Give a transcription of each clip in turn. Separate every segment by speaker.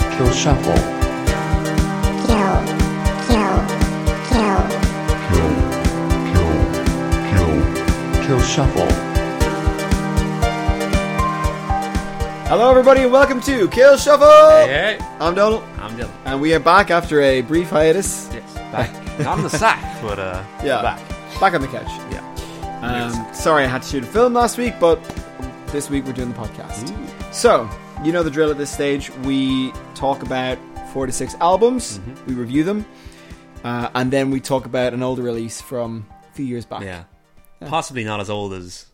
Speaker 1: shuffle.
Speaker 2: kill, kill, kill,
Speaker 3: kill, kill, kill.
Speaker 1: Kill shuffle.
Speaker 4: Hello, everybody, and welcome to Kill Shuffle.
Speaker 5: Hey,
Speaker 4: I'm Donald,
Speaker 5: I'm Dylan.
Speaker 4: and we are back after a brief hiatus.
Speaker 5: Yes, back. Not in the sack, but uh,
Speaker 4: Yeah,
Speaker 5: back.
Speaker 4: back on the couch.
Speaker 5: Yeah.
Speaker 4: Um, sorry, I had to shoot a film last week, but this week we're doing the podcast. So, you know the drill at this stage. We talk about four to six albums,
Speaker 5: Mm-hmm.
Speaker 4: we review them, uh, and then we talk about an older release from a few years back.
Speaker 5: Yeah. Possibly not as old as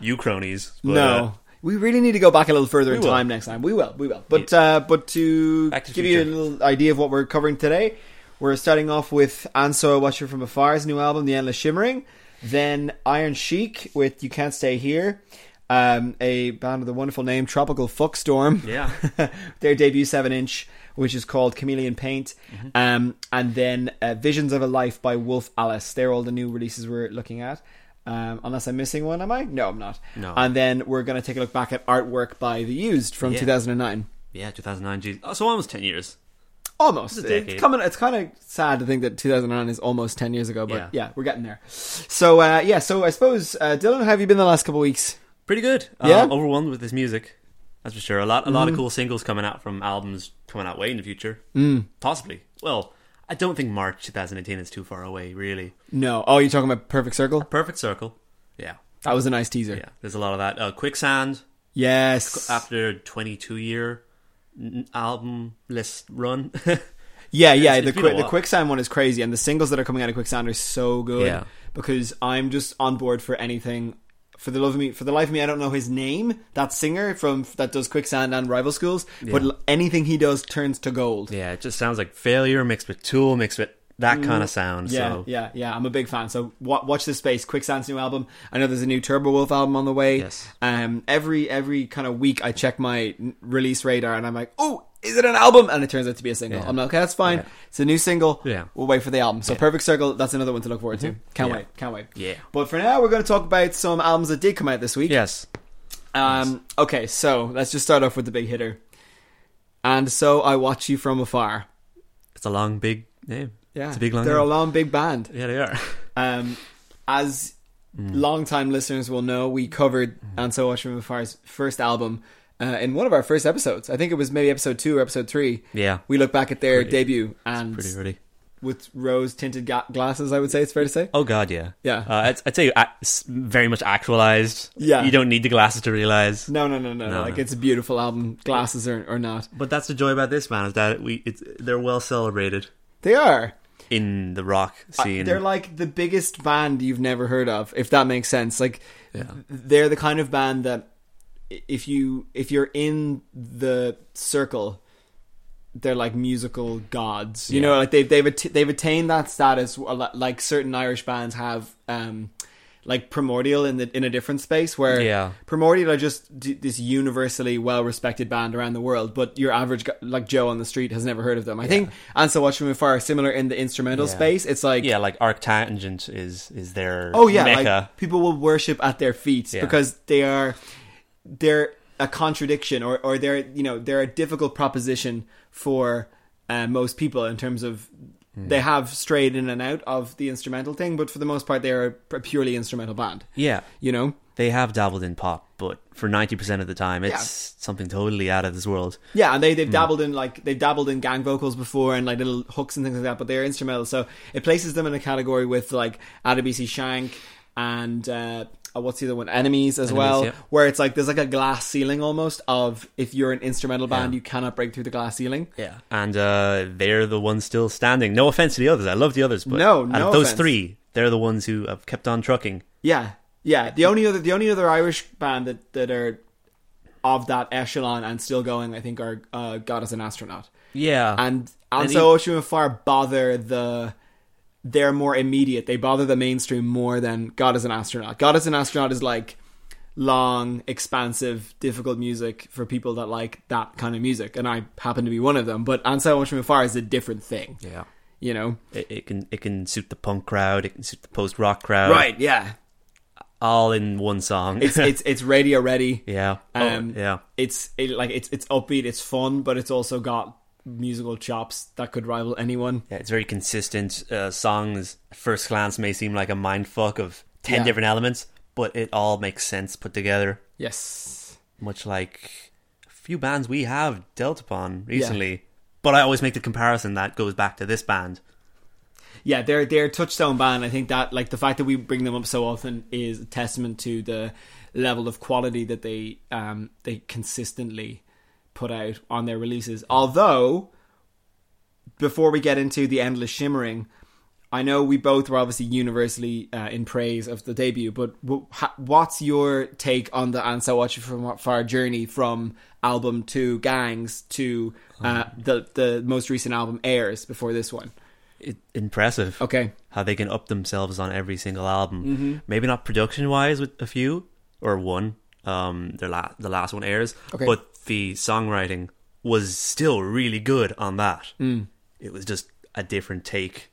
Speaker 5: you cronies. But,
Speaker 4: no.
Speaker 5: uh,
Speaker 4: we really need to go back a little further in
Speaker 5: will.
Speaker 4: time next time. We will, we will. But uh, but to,
Speaker 5: Back to
Speaker 4: give
Speaker 5: future.
Speaker 4: you a little idea of what we're covering today, we're starting off with Anso Watcher from Afar's new album, The Endless Shimmering, then Iron Chic with You Can't Stay Here, um, a band with a wonderful name, Tropical Fuckstorm.
Speaker 5: yeah.
Speaker 4: their debut seven inch, which is called Chameleon Paint,
Speaker 5: Mm-hmm.
Speaker 4: um, and then uh, Visions of a Life by Wolf Alice. They're all the new releases we're looking at. Um, unless I'm missing one, am I? No, I'm not.
Speaker 5: No.
Speaker 4: And then we're going to take a look back at artwork by The Used from
Speaker 5: Yeah.
Speaker 4: 2009.
Speaker 5: Yeah, 2009. Geez. Oh, so almost 10 years.
Speaker 4: Almost. It's,
Speaker 5: decade.
Speaker 4: coming. It's kind of sad to think that 2009 is almost 10 years ago, but yeah,
Speaker 5: Yeah.
Speaker 4: we're getting there. So uh, yeah, so I suppose uh, Dylan, how have you been the last couple of weeks?
Speaker 5: Pretty good.
Speaker 4: Yeah.
Speaker 5: Um, overwhelmed with this music. That's for sure. A lot, a lot of cool singles coming out from albums coming out way in the future. Mm. Possibly. Well, I don't think March 2018 is too far away, really.
Speaker 4: No. Oh, you're talking about Perfect Circle.
Speaker 5: Perfect Circle. Yeah.
Speaker 4: That was a nice teaser.
Speaker 5: Oh. Yeah. There's a lot of that. Uh, Quicksand.
Speaker 4: Yes.
Speaker 5: after 22 year n- album list run.
Speaker 4: Yeah, yeah.
Speaker 5: it's
Speaker 4: the
Speaker 5: been
Speaker 4: qui-
Speaker 5: a
Speaker 4: the
Speaker 5: while.
Speaker 4: quicksand one is crazy, and the singles that are coming out of quicksand are so good.
Speaker 5: Yeah.
Speaker 4: Because I'm just on board for anything. For the love of me, for the life of me, I don't know his name. That singer from that does quicksand and rival schools, but l- anything he does turns to gold.
Speaker 5: yeah, it just sounds like failure mixed with tool mixed with that kind of sound.
Speaker 4: Mm. Yeah,
Speaker 5: so
Speaker 4: yeah, yeah. I'm a big fan. So wa watch this space. Quicksand's new album. I know there's a new Turbo Wolf album on the way.
Speaker 5: Yes.
Speaker 4: Um. Every every kind of week, I check my n- release radar, and I'm like, oh, is it an album? And it turns out to be a single.
Speaker 5: Yeah.
Speaker 4: I'm like, okay, that's fine.
Speaker 5: Yeah.
Speaker 4: It's a new single.
Speaker 5: Yeah. Mm-hmm.
Speaker 4: We'll wait for the album. So Perfect Circle. That's another one to look forward to. Can't
Speaker 5: Yeah.
Speaker 4: wait. Can't wait.
Speaker 5: Yeah.
Speaker 4: But for now, we're going to talk about some albums that did come out this week.
Speaker 5: yes,
Speaker 4: Um. Okay. So let's just start off with the big hitter. And so I watch you from afar.
Speaker 5: it's a long big name.
Speaker 4: Yeah.
Speaker 5: it's a big long.
Speaker 4: They're a
Speaker 5: name.
Speaker 4: long big band.
Speaker 5: yeah, they are.
Speaker 4: Um, as
Speaker 5: Mm.
Speaker 4: long-time listeners will know, we covered
Speaker 5: Mm-hmm.
Speaker 4: And So Watch From Afar's first album uh, in one of our first episodes. I think it was maybe episode two or episode three.
Speaker 5: Yeah.
Speaker 4: we look back at their debut and
Speaker 5: Pretty really.
Speaker 4: with rose-tinted ga- glasses. I would say it's fair to say.
Speaker 5: Oh God, yeah,
Speaker 4: Yeah.
Speaker 5: Uh, I'd, I'd say uh, it's very much actualized.
Speaker 4: Yeah.
Speaker 5: you don't need the glasses to realize.
Speaker 4: No, no, no, no, no.
Speaker 5: No,
Speaker 4: Like
Speaker 5: no.
Speaker 4: it's a beautiful album, glasses or, or not.
Speaker 5: But that's the joy about this man is that we it's, they're well celebrated
Speaker 4: They are.
Speaker 5: in the rock scene.
Speaker 4: Uh, They're like the biggest band you've never heard of, if that makes sense. Like they're the kind of band that i- if you if you're in the circle, they're like musical gods. You know, like they've they've at- they've attained that status a lot- like certain Irish bands have. Um, like primordial in the in a different space where
Speaker 5: Yeah.
Speaker 4: primordial are just d- this universally well respected band around the world but your average gu- like Joe on the street has never heard of them I think and so watch from afar are similar in the instrumental
Speaker 5: Yeah.
Speaker 4: space it's like
Speaker 5: yeah, like Arctangent is is their
Speaker 4: Oh yeah,
Speaker 5: mecca.
Speaker 4: like people will worship at their feet
Speaker 5: Yeah.
Speaker 4: because they are they're a contradiction or or they're you know they're a difficult proposition for uh, most people in terms of
Speaker 5: Hmm.
Speaker 4: they have strayed in and out of the instrumental thing, but for the most part they are a purely instrumental band.
Speaker 5: yeah,
Speaker 4: You know,
Speaker 5: they have dabbled in pop, but for ninety percent of the time, it's something totally out of this world.
Speaker 4: yeah, and they they've dabbled in like they've dabbled in gang vocals before and like little hooks and things like that, but they're instrumental, so it places them in a category with like Adabisi Shank and uh, uh, what's the other one, Enemies as well,
Speaker 5: yep.
Speaker 4: where it's like there's like a glass ceiling almost of if you're an instrumental band, you cannot break through the glass ceiling.
Speaker 5: Yeah, and uh, they're the ones still standing. No offense to the others, I love the others, but
Speaker 4: No,
Speaker 5: out
Speaker 4: no
Speaker 5: of those
Speaker 4: offense.
Speaker 5: three, they're the ones who have kept on trucking.
Speaker 4: Yeah, yeah. The only other the only other Irish band that that are of that echelon and still going, I think, are uh, God is an Astronaut.
Speaker 5: Yeah,
Speaker 4: and
Speaker 5: And
Speaker 4: and
Speaker 5: he-
Speaker 4: so Ocean and Fire bother the they're more immediate. They bother the mainstream more than God is an astronaut. God is an astronaut is like long, expansive, difficult music for people that like that kind of music, and I happen to be one of them. But Ansel Ocean and Fire is a different thing.
Speaker 5: yeah,
Speaker 4: You know,
Speaker 5: it, it can it can suit the punk crowd, it can suit the post rock crowd,
Speaker 4: Yeah,
Speaker 5: All in one song.
Speaker 4: it's it's it's radio ready.
Speaker 5: yeah, Oh,
Speaker 4: Um,
Speaker 5: yeah,
Speaker 4: it's it, like it's it's upbeat, it's fun, but it's also got musical chops that could rival anyone.
Speaker 5: Yeah, it's very consistent. Uh, songs at first glance may seem like a mind fuck of ten
Speaker 4: Yeah.
Speaker 5: different elements, but it all makes sense put together.
Speaker 4: Yes.
Speaker 5: Much like a few bands we have dealt upon recently. But I always make the comparison that goes back to this band.
Speaker 4: Yeah, they're they're a touchstone band. I think that like the fact that we bring them up so often is a testament to the level of quality that they um they consistently put out on their releases. Although before we get into the endless shimmering, I know we both were obviously universally uh, in praise of the debut, but w- ha- what's your take on the And So Watch You From Far journey from album to Gangs to uh, the the most recent album Airs before this one?
Speaker 5: It, impressive.
Speaker 4: Okay. Mm-hmm.
Speaker 5: how they can up themselves on every single album. Maybe not production wise with a few or one. Um, their la- the last one airs,
Speaker 4: Okay.
Speaker 5: but the songwriting was still really good on that.
Speaker 4: Mm.
Speaker 5: It was just a different take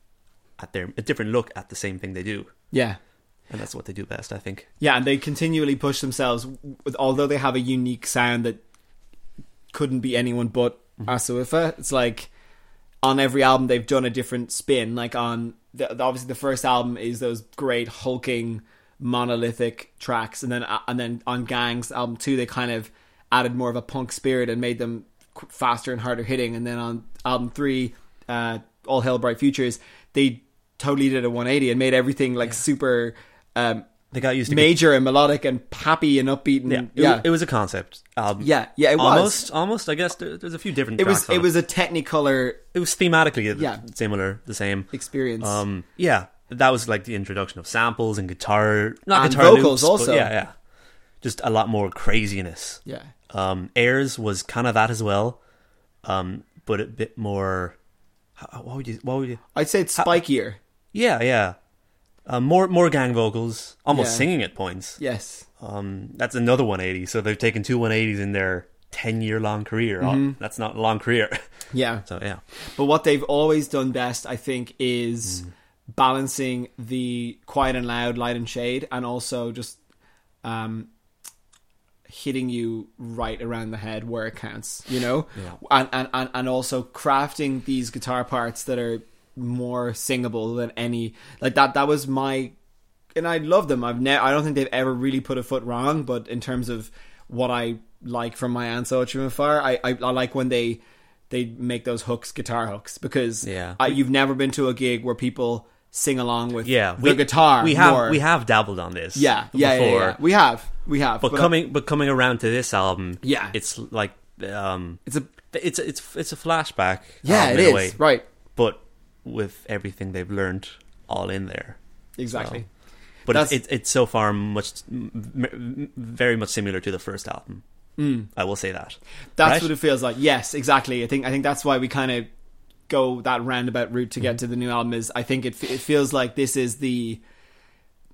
Speaker 5: at their a different look at the same thing they do,
Speaker 4: Yeah.
Speaker 5: and that's what they do best, I think.
Speaker 4: Yeah, and they continually push themselves, with, although they have a unique sound that couldn't be anyone but Asuifa. It's like on every album they've done a different spin. Like on the, the- obviously the first album is those great hulking monolithic tracks, and then uh, and then on Gangs album two they kind of added more of a punk spirit and made them qu- faster and harder hitting. And then on album three, uh, All Hell Bright Futures, they totally did a 180 and made everything like super. Um,
Speaker 5: They got used to
Speaker 4: major and melodic and happy and upbeat and
Speaker 5: Yeah,
Speaker 4: yeah,
Speaker 5: it, Was, it was a concept Um, album.
Speaker 4: Yeah, yeah, it was.
Speaker 5: almost, almost. I guess there, there's a few different.
Speaker 4: It was
Speaker 5: tracks on
Speaker 4: it was a Technicolor
Speaker 5: it was thematically
Speaker 4: Yeah.
Speaker 5: similar, the same.
Speaker 4: experience.
Speaker 5: Um, yeah, that was like the introduction of samples and guitar, not
Speaker 4: And
Speaker 5: guitar
Speaker 4: vocals
Speaker 5: loops, but
Speaker 4: also.
Speaker 5: yeah, yeah, just a lot more craziness.
Speaker 4: yeah,
Speaker 5: Um, Airs was kind of that as well, um, but a bit more. how- What would you? What would you?
Speaker 4: I'd say it's spikier.
Speaker 5: Yeah, yeah. Uh, more more gang vocals, almost
Speaker 4: Yeah.
Speaker 5: singing at points.
Speaker 4: Yes,
Speaker 5: Um, that's another 180. So they've taken two 180s in their 10 year long career. Oh,
Speaker 4: Mm-hmm.
Speaker 5: That's not a long career.
Speaker 4: yeah.
Speaker 5: so yeah,
Speaker 4: But what they've always done best, I think, is
Speaker 5: Mm.
Speaker 4: balancing the quiet and loud, light and shade, and also just um, hitting you right around the head where it counts, you know? And, and, and, and also crafting these guitar parts that are more singable than any. Like that, that was my. And I love them. I've ne- I don't think they've ever really put a foot wrong, but in terms of what I like from my Aunt Sochum and Fire, I, I, I like when they they make those hooks guitar hooks because
Speaker 5: Yeah.
Speaker 4: I, you've never been to a gig where people sing along with
Speaker 5: yeah.
Speaker 4: the guitar
Speaker 5: We have
Speaker 4: more.
Speaker 5: we have dabbled on this.
Speaker 4: yeah, yeah, yeah, yeah,
Speaker 5: before.
Speaker 4: yeah. we have we have
Speaker 5: but,
Speaker 4: I-
Speaker 5: coming but coming around to this album,
Speaker 4: Yeah.
Speaker 5: it's like um,
Speaker 4: it's a
Speaker 5: it's it's it's a flashback.
Speaker 4: yeah
Speaker 5: album
Speaker 4: it
Speaker 5: Um, in
Speaker 4: is
Speaker 5: a way,
Speaker 4: right
Speaker 5: But with everything they've learned, all in there.
Speaker 4: exactly
Speaker 5: But it's,
Speaker 4: That's-
Speaker 5: it's it's so far much m- m- very much similar to the first album. Mm. I will say that.
Speaker 4: That's
Speaker 5: Right?
Speaker 4: what it feels like. Yes, exactly. I think I think that's why we kind of go that roundabout route to
Speaker 5: Mm-hmm.
Speaker 4: get to the new album. Is I think it f- it feels like this is the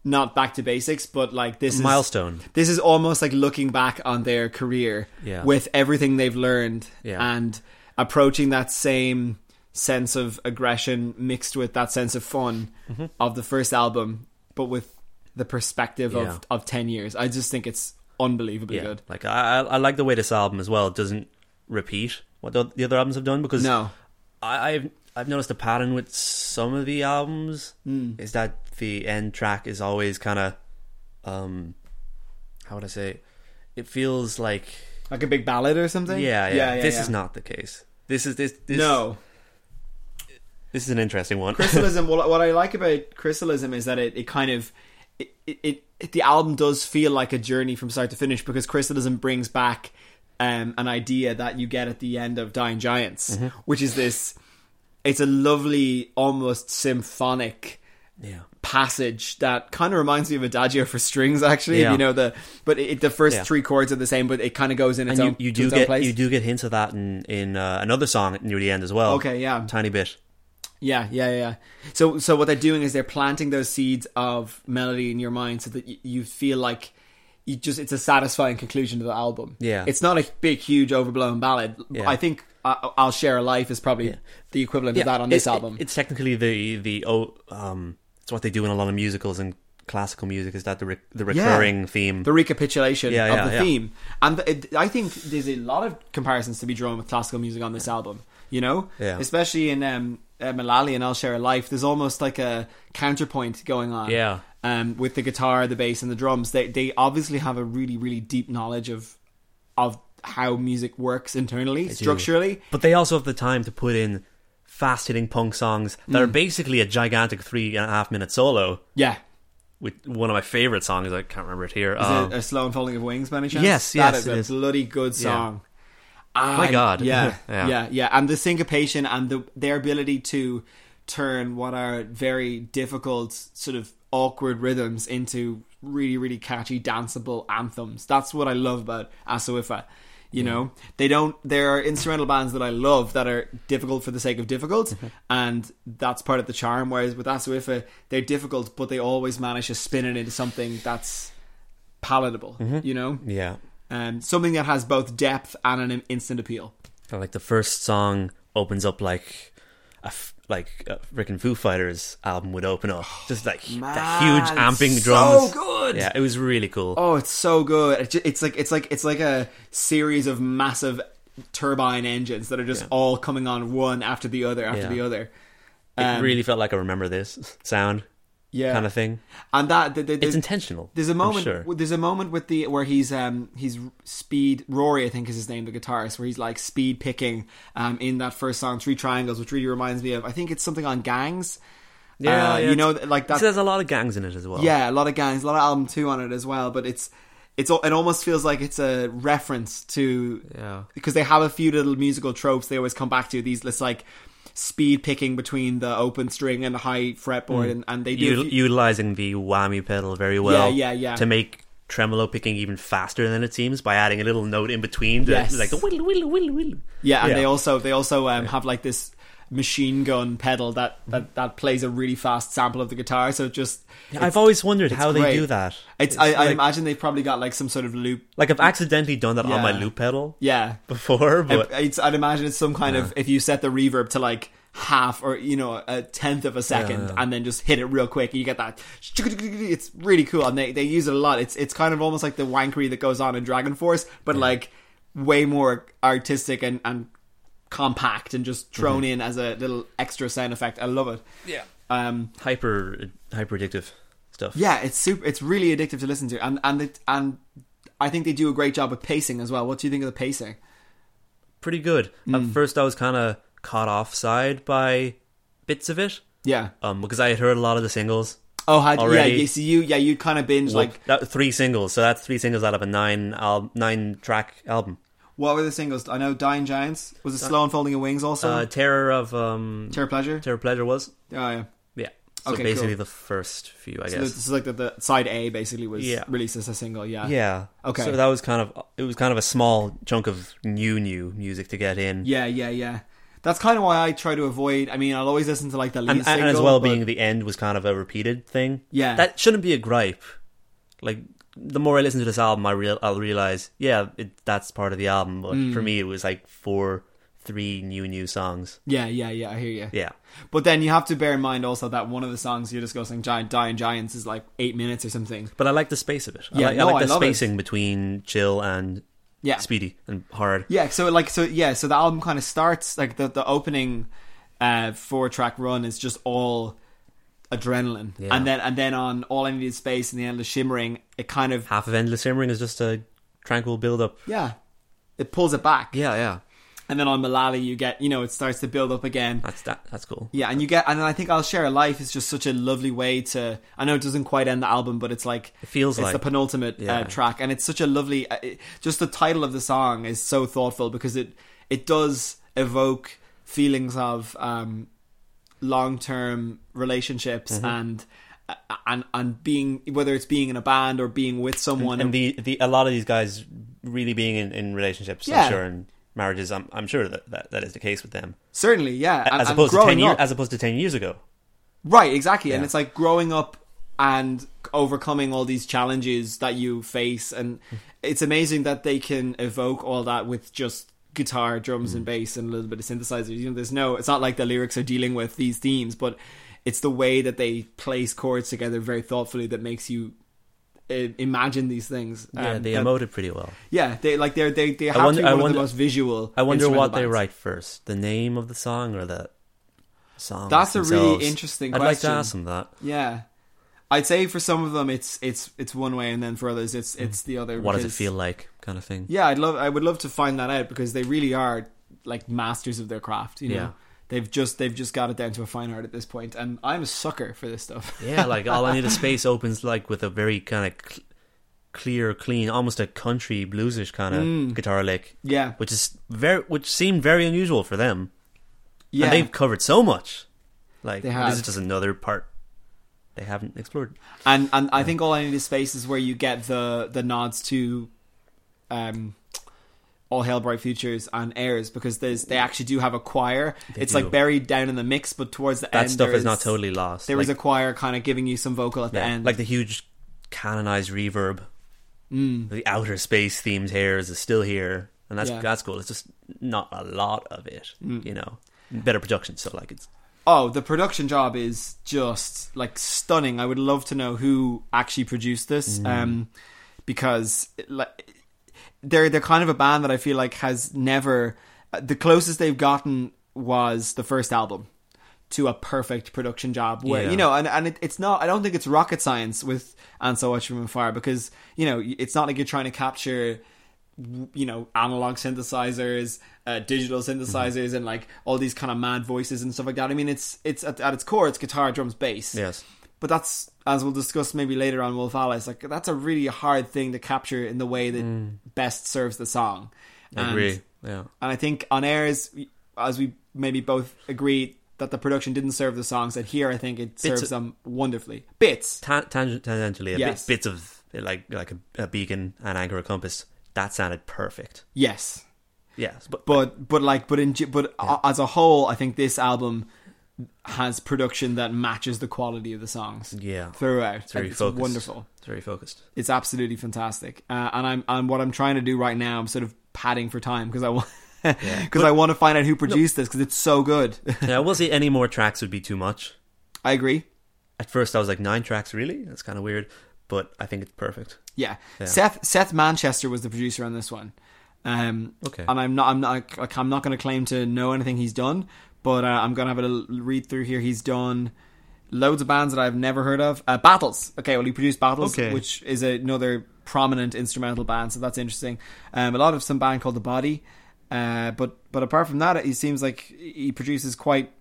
Speaker 4: not back to basics, but like this
Speaker 5: Milestone.
Speaker 4: Is, this is almost like looking back on their career
Speaker 5: Yeah.
Speaker 4: with everything they've learned
Speaker 5: Yeah.
Speaker 4: and approaching that same sense of aggression mixed with that sense of fun
Speaker 5: Mm-hmm.
Speaker 4: of the first album, but with the perspective
Speaker 5: Yeah.
Speaker 4: of of ten years. I just think it's unbelievably
Speaker 5: Yeah,
Speaker 4: good.
Speaker 5: like I I I like the way this album as well doesn't repeat what the, the other albums have done because
Speaker 4: No.
Speaker 5: I, I've I've noticed a pattern with some of the albums
Speaker 4: Hmm.
Speaker 5: is that the end track is always kind of um how would I say it? it feels like
Speaker 4: Like a big ballad or something.
Speaker 5: yeah yeah, this
Speaker 4: yeah.
Speaker 5: is not the case this is this, this
Speaker 4: no
Speaker 5: this is an interesting one
Speaker 4: chrysalism what, what i like about chrysalism is that it, it kind of it, it, it the album does feel like a journey from start to finish because chrysalism brings back um, an idea that you get at the end of dying giants
Speaker 5: Mm-hmm.
Speaker 4: which is this it's a lovely almost symphonic
Speaker 5: yeah
Speaker 4: passage that kind of reminds me of adagio for strings actually
Speaker 5: Yeah.
Speaker 4: you know the but it, the first
Speaker 5: Yeah.
Speaker 4: three chords are the same but it kind of goes in its
Speaker 5: and
Speaker 4: own
Speaker 5: you, you
Speaker 4: to
Speaker 5: do
Speaker 4: its own
Speaker 5: get
Speaker 4: place.
Speaker 5: you do get hints of that in in uh, another song near the end as well
Speaker 4: Okay, yeah.
Speaker 5: tiny bit
Speaker 4: Yeah, yeah, yeah, yeah. So, so what they're doing is they're planting those seeds of melody in your mind, so that y- you feel like you just—it's a satisfying conclusion to the album.
Speaker 5: Yeah.
Speaker 4: it's not a big, huge, overblown ballad.
Speaker 5: Yeah.
Speaker 4: I think I, "I'll Share a Life" is probably the equivalent of that on
Speaker 5: it-
Speaker 4: this
Speaker 5: it-
Speaker 4: album.
Speaker 5: it's technically the the oh, um, it's what they do in a lot of musicals and classical music is that the re- the recurring theme.
Speaker 4: the recapitulation
Speaker 5: Yeah,
Speaker 4: of
Speaker 5: yeah,
Speaker 4: the
Speaker 5: yeah.
Speaker 4: theme, and it, I think there's a lot of comparisons to be drawn with classical music on this album. you know?
Speaker 5: Yeah.
Speaker 4: Especially in um, uh, Malali and I'll Share a Life, there's almost like a counterpoint going on.
Speaker 5: Yeah.
Speaker 4: Um, with the guitar, the bass, and the drums. They, they obviously have a really, really deep knowledge of of how music works internally, structurally.
Speaker 5: But they also have the time to put in fast hitting punk songs that
Speaker 4: Mm.
Speaker 5: are basically a gigantic three and a half minute solo
Speaker 4: Yeah.
Speaker 5: with one of my favorite songs. I can't remember it here.
Speaker 4: Is
Speaker 5: Um,
Speaker 4: it a slow unfolding of wings by any chance?
Speaker 5: Yes,
Speaker 4: that
Speaker 5: yes,
Speaker 4: is
Speaker 5: it
Speaker 4: a
Speaker 5: is.
Speaker 4: bloody good
Speaker 5: Yeah.
Speaker 4: song. Ah,
Speaker 5: My God.
Speaker 4: yeah,
Speaker 5: Yeah.
Speaker 4: yeah, yeah, and the syncopation and the their ability to turn what are very difficult, sort of awkward rhythms into really, really catchy, danceable anthems. That's what I love about Asawifa. You know, they don't. There are instrumental bands that I love that are difficult for the sake of difficult, and that's part of the charm. Whereas with Asawifa, they're difficult, but they always manage to spin it into something that's palatable, you know?
Speaker 5: Mm-hmm. yeah.
Speaker 4: Um, something that has both depth and an instant appeal.
Speaker 5: And, like the first song opens up like a f- like a freaking Foo Fighters album would open up, just like the
Speaker 4: Oh, man,
Speaker 5: huge amping
Speaker 4: it's so
Speaker 5: drums.
Speaker 4: good!
Speaker 5: Yeah, it was really cool.
Speaker 4: Oh, it's so good. It ju- It's like it's like it's like a series of massive turbine engines that are just all coming on one after the other after
Speaker 5: Yeah.
Speaker 4: the other.
Speaker 5: it really felt like I remember this sound
Speaker 4: um, Yeah.
Speaker 5: kind of thing.
Speaker 4: And that th- th-
Speaker 5: It's
Speaker 4: there's,
Speaker 5: intentional.
Speaker 4: there's a
Speaker 5: I'm
Speaker 4: moment
Speaker 5: sure.
Speaker 4: there's a moment with uh, the where he's um he's speed Rory I think is his name the guitarist where he's like speed picking um in that first song Three Triangles which really reminds me of I think it's something on gangs. Uh, you know like
Speaker 5: It
Speaker 4: that
Speaker 5: says a lot of gangs in it as well.
Speaker 4: Yeah, a lot of gangs, a lot of album two on it as well. But it's it's al- it almost feels like it's a reference to
Speaker 5: Yeah.
Speaker 4: because they have a few little musical tropes they always come back to. These it's like speed picking between the open string and the high
Speaker 5: Mm.
Speaker 4: fretboard, and, and they do. a
Speaker 5: U-
Speaker 4: few-
Speaker 5: utilizing the whammy pedal very well.
Speaker 4: yeah, yeah.
Speaker 5: To make tremolo picking even faster than it seems by adding a little note in between. To,
Speaker 4: Yes.
Speaker 5: Like the whittle, whittle, whittle, whittle.
Speaker 4: Yeah, and
Speaker 5: Yeah.
Speaker 4: they also they also um, have like this machine gun pedal that,
Speaker 5: Mm.
Speaker 4: that that plays a really fast sample of the guitar. So it just
Speaker 5: I've always wondered how they
Speaker 4: great.
Speaker 5: do that.
Speaker 4: it's, I, I
Speaker 5: like-
Speaker 4: imagine they've probably got like some sort of loop.
Speaker 5: Like I've accidentally done that on my
Speaker 4: Yeah.
Speaker 5: loop pedal
Speaker 4: Yeah,
Speaker 5: before, but
Speaker 4: it's, I'd imagine it's some kind of if you set the reverb to like half or you know a tenth of a second and then just hit it real quick and you get that it's really cool and they, they use it a lot it's it's kind of almost like the wankery that goes on in dragon force but like way more artistic and, and compact and just thrown in as a little extra sound effect i love it
Speaker 5: yeah,
Speaker 4: um
Speaker 5: hyper hyper addictive stuff.
Speaker 4: yeah it's super it's really addictive to listen to and and it, and i think they do a great job with pacing as well what do you think of the pacing
Speaker 5: pretty good. At
Speaker 4: Mm.
Speaker 5: first, I was kind of caught offside by bits of it,
Speaker 4: yeah
Speaker 5: um, because I had heard a lot of the singles.
Speaker 4: Oh, had, yeah,
Speaker 5: already.
Speaker 4: you see, you yeah, you kind of binge like
Speaker 5: Like that, three singles, so that's three singles out of a nine al- nine track album.
Speaker 4: what were the singles? I know Dying Giants was it Slow Unfolding of Wings also.
Speaker 5: Uh,
Speaker 4: Uh,
Speaker 5: Terror of um,
Speaker 4: Terror Pleasure.
Speaker 5: Terror Pleasure was
Speaker 4: oh yeah,
Speaker 5: yeah. So
Speaker 4: Okay,
Speaker 5: basically
Speaker 4: cool.
Speaker 5: the first few, I
Speaker 4: so
Speaker 5: guess.
Speaker 4: this is like the, the side A basically was
Speaker 5: Yeah.
Speaker 4: released as a single. Yeah,
Speaker 5: yeah.
Speaker 4: Okay.
Speaker 5: So that was kind of it was kind of a small chunk of new new music to get in.
Speaker 4: yeah, yeah, yeah. That's kind of why I try to avoid. I mean, I'll always listen to like the lead
Speaker 5: and,
Speaker 4: single
Speaker 5: and as well
Speaker 4: but-
Speaker 5: being the end was kind of a repeated thing.
Speaker 4: Yeah.
Speaker 5: that shouldn't be a gripe. Like the more I listen to this album, I real I'll realize yeah it, that's part of the album. But for
Speaker 4: Mm.
Speaker 5: me, it was like four, three new new songs.
Speaker 4: yeah, yeah, yeah. I hear you.
Speaker 5: Yeah,
Speaker 4: But then you have to bear in mind also that one of the songs you're discussing, Giant Dying Giants, is like eight minutes or something.
Speaker 5: but I like the space of it.
Speaker 4: Yeah,
Speaker 5: I like,
Speaker 4: no,
Speaker 5: I like
Speaker 4: I
Speaker 5: the
Speaker 4: love it.
Speaker 5: spacing between chill and
Speaker 4: Yeah,
Speaker 5: speedy and hard.
Speaker 4: Yeah, so like so yeah, so the album kind of starts like the the opening uh four track run is just all adrenaline.
Speaker 5: Yeah.
Speaker 4: And then and then on All I Need Is Space and the Endless Shimmering, it kind of
Speaker 5: Half of endless simmering is just a tranquil build up.
Speaker 4: yeah. It pulls it back.
Speaker 5: Yeah, yeah.
Speaker 4: And then on Malali you get you know, it starts to build up again.
Speaker 5: That's that. That's cool.
Speaker 4: Yeah, and you get and I think I'll Share a Life is just such a lovely way to I know it doesn't quite end the album, but it's like
Speaker 5: It feels
Speaker 4: it's
Speaker 5: like-
Speaker 4: the penultimate
Speaker 5: Yeah.
Speaker 4: uh, track and it's such a lovely uh, it, just the title of the song is so thoughtful because it it does evoke feelings of um long-term relationships
Speaker 5: Mm-hmm.
Speaker 4: and uh, and and being whether it's being in a band or being with someone
Speaker 5: and the, the a lot of these guys really being in, in relationships
Speaker 4: Yeah.
Speaker 5: i'm sure and marriages i'm, I'm sure that, that that is the case with them
Speaker 4: certainly yeah and,
Speaker 5: as
Speaker 4: and
Speaker 5: opposed to
Speaker 4: growing
Speaker 5: 10 years
Speaker 4: up.
Speaker 5: as opposed to 10 years ago
Speaker 4: Right, exactly. And
Speaker 5: Yeah.
Speaker 4: it's like growing up and overcoming all these challenges that you face and
Speaker 5: Mm-hmm.
Speaker 4: it's amazing that they can evoke all that with just guitar, drums
Speaker 5: Mm-hmm.
Speaker 4: and bass and a little bit of synthesizers. You know, there's no it's not like the lyrics are dealing with these themes, but it's the way that they place chords together very thoughtfully that makes you i- imagine these things.
Speaker 5: yeah,
Speaker 4: Um,
Speaker 5: they
Speaker 4: that-
Speaker 5: emoted pretty well.
Speaker 4: Yeah, they like they're they they have
Speaker 5: wonder-
Speaker 4: to be
Speaker 5: I
Speaker 4: one of
Speaker 5: wonder-
Speaker 4: the most visual.
Speaker 5: I wonder what
Speaker 4: instrumental
Speaker 5: they
Speaker 4: bands.
Speaker 5: write first: the name of the song or the song.
Speaker 4: That's a really
Speaker 5: themselves.
Speaker 4: interesting
Speaker 5: I'd
Speaker 4: question.
Speaker 5: like to ask them that.
Speaker 4: Yeah, I'd say for some of them it's it's it's one way, and then for others it's it's the other.
Speaker 5: Hmm. What does it
Speaker 4: because-
Speaker 5: feel like, kind of thing.
Speaker 4: Yeah, I'd love I would love to find that out because they really are like masters of their craft. You know,
Speaker 5: Yeah.
Speaker 4: they've just they've just got it down to a fine art at this point, and I'm a sucker for this stuff.
Speaker 5: Yeah, like all I need is space opens like with a very kind of cl- clear, clean, almost a country bluesish kind of guitar lick,
Speaker 4: Mm. Yeah,
Speaker 5: which is very, which seemed very unusual for them.
Speaker 4: yeah.
Speaker 5: and they've covered so much. Like
Speaker 4: They
Speaker 5: this
Speaker 4: have.
Speaker 5: is just another part they haven't explored.
Speaker 4: and and I think all I need is space is where you get the the nods to, um, all hail bright futures and airs because there's they actually do have a choir. it's
Speaker 5: do.
Speaker 4: like buried down in the mix, but towards the
Speaker 5: That
Speaker 4: end
Speaker 5: stuff
Speaker 4: there
Speaker 5: is not totally lost.
Speaker 4: There
Speaker 5: like,
Speaker 4: is a choir kind of giving you some vocal at
Speaker 5: yeah,
Speaker 4: the end,
Speaker 5: like the huge canonized reverb. Mm. The outer space themed here is still here, and that's
Speaker 4: Yeah. Mm.
Speaker 5: that's cool. It's just not a lot of it, you know. Better production, so like it's
Speaker 4: oh, the production job is just like stunning. I would love to know who actually produced this,
Speaker 5: Mm.
Speaker 4: um, because like they're they're kind of a band that I feel like has never uh, the closest they've gotten was the first album to a perfect production job where
Speaker 5: Yeah.
Speaker 4: you know and and it, it's not I don't think it's rocket science with and so much from afar because you know it's not like you're trying to capture you know analog synthesizers uh, digital
Speaker 5: Mm-hmm.
Speaker 4: synthesizers and like all these kind of mad voices and stuff like that i mean it's it's at, at its core it's guitar drums bass
Speaker 5: yes.
Speaker 4: but that's as we'll discuss maybe later on wolf alice like that's a really hard thing to capture in the way that best serves the song
Speaker 5: I
Speaker 4: And-
Speaker 5: Mm. agree. Yeah.
Speaker 4: and I think on airs, as we maybe both agree that the production didn't serve the songs, and here I think it serves
Speaker 5: of-
Speaker 4: them wonderfully. Bits.
Speaker 5: Tan- tangent- tangentially, a
Speaker 4: Yes.
Speaker 5: bit, bits of like like a, a beacon, an anchor, a compass. That sounded perfect.
Speaker 4: Yes,
Speaker 5: Yes, but
Speaker 4: but but like but in ge- but a as a whole, I think this album has production that matches the quality of the songs
Speaker 5: yeah,
Speaker 4: throughout.
Speaker 5: it's very
Speaker 4: it's
Speaker 5: focused.
Speaker 4: wonderful.
Speaker 5: It's very focused.
Speaker 4: It's absolutely fantastic. Uh, and I'm and what I'm trying to do right now, I'm sort of padding for time because I want. Because I want to find out who produced this 'cause this because it's so good.
Speaker 5: Yeah, I will say any more tracks would be too much.
Speaker 4: I agree.
Speaker 5: At first, I was like nine tracks, really? That's kind of weird, but I think it's perfect.
Speaker 4: Yeah. Seth Seth Manchester was the producer on this one. Um,
Speaker 5: Okay.
Speaker 4: And I'm not I'm not like, I'm not going to claim to know anything he's done, but uh, I'm going to have a little read through here. He's done loads of bands that I've never heard of. Uh, Battles. Okay, well he produced Battles,
Speaker 5: Okay.
Speaker 4: which is another prominent instrumental band, so that's interesting. Um, a lot of some band called The Body. Uh, but but apart from that, he seems like he produces quite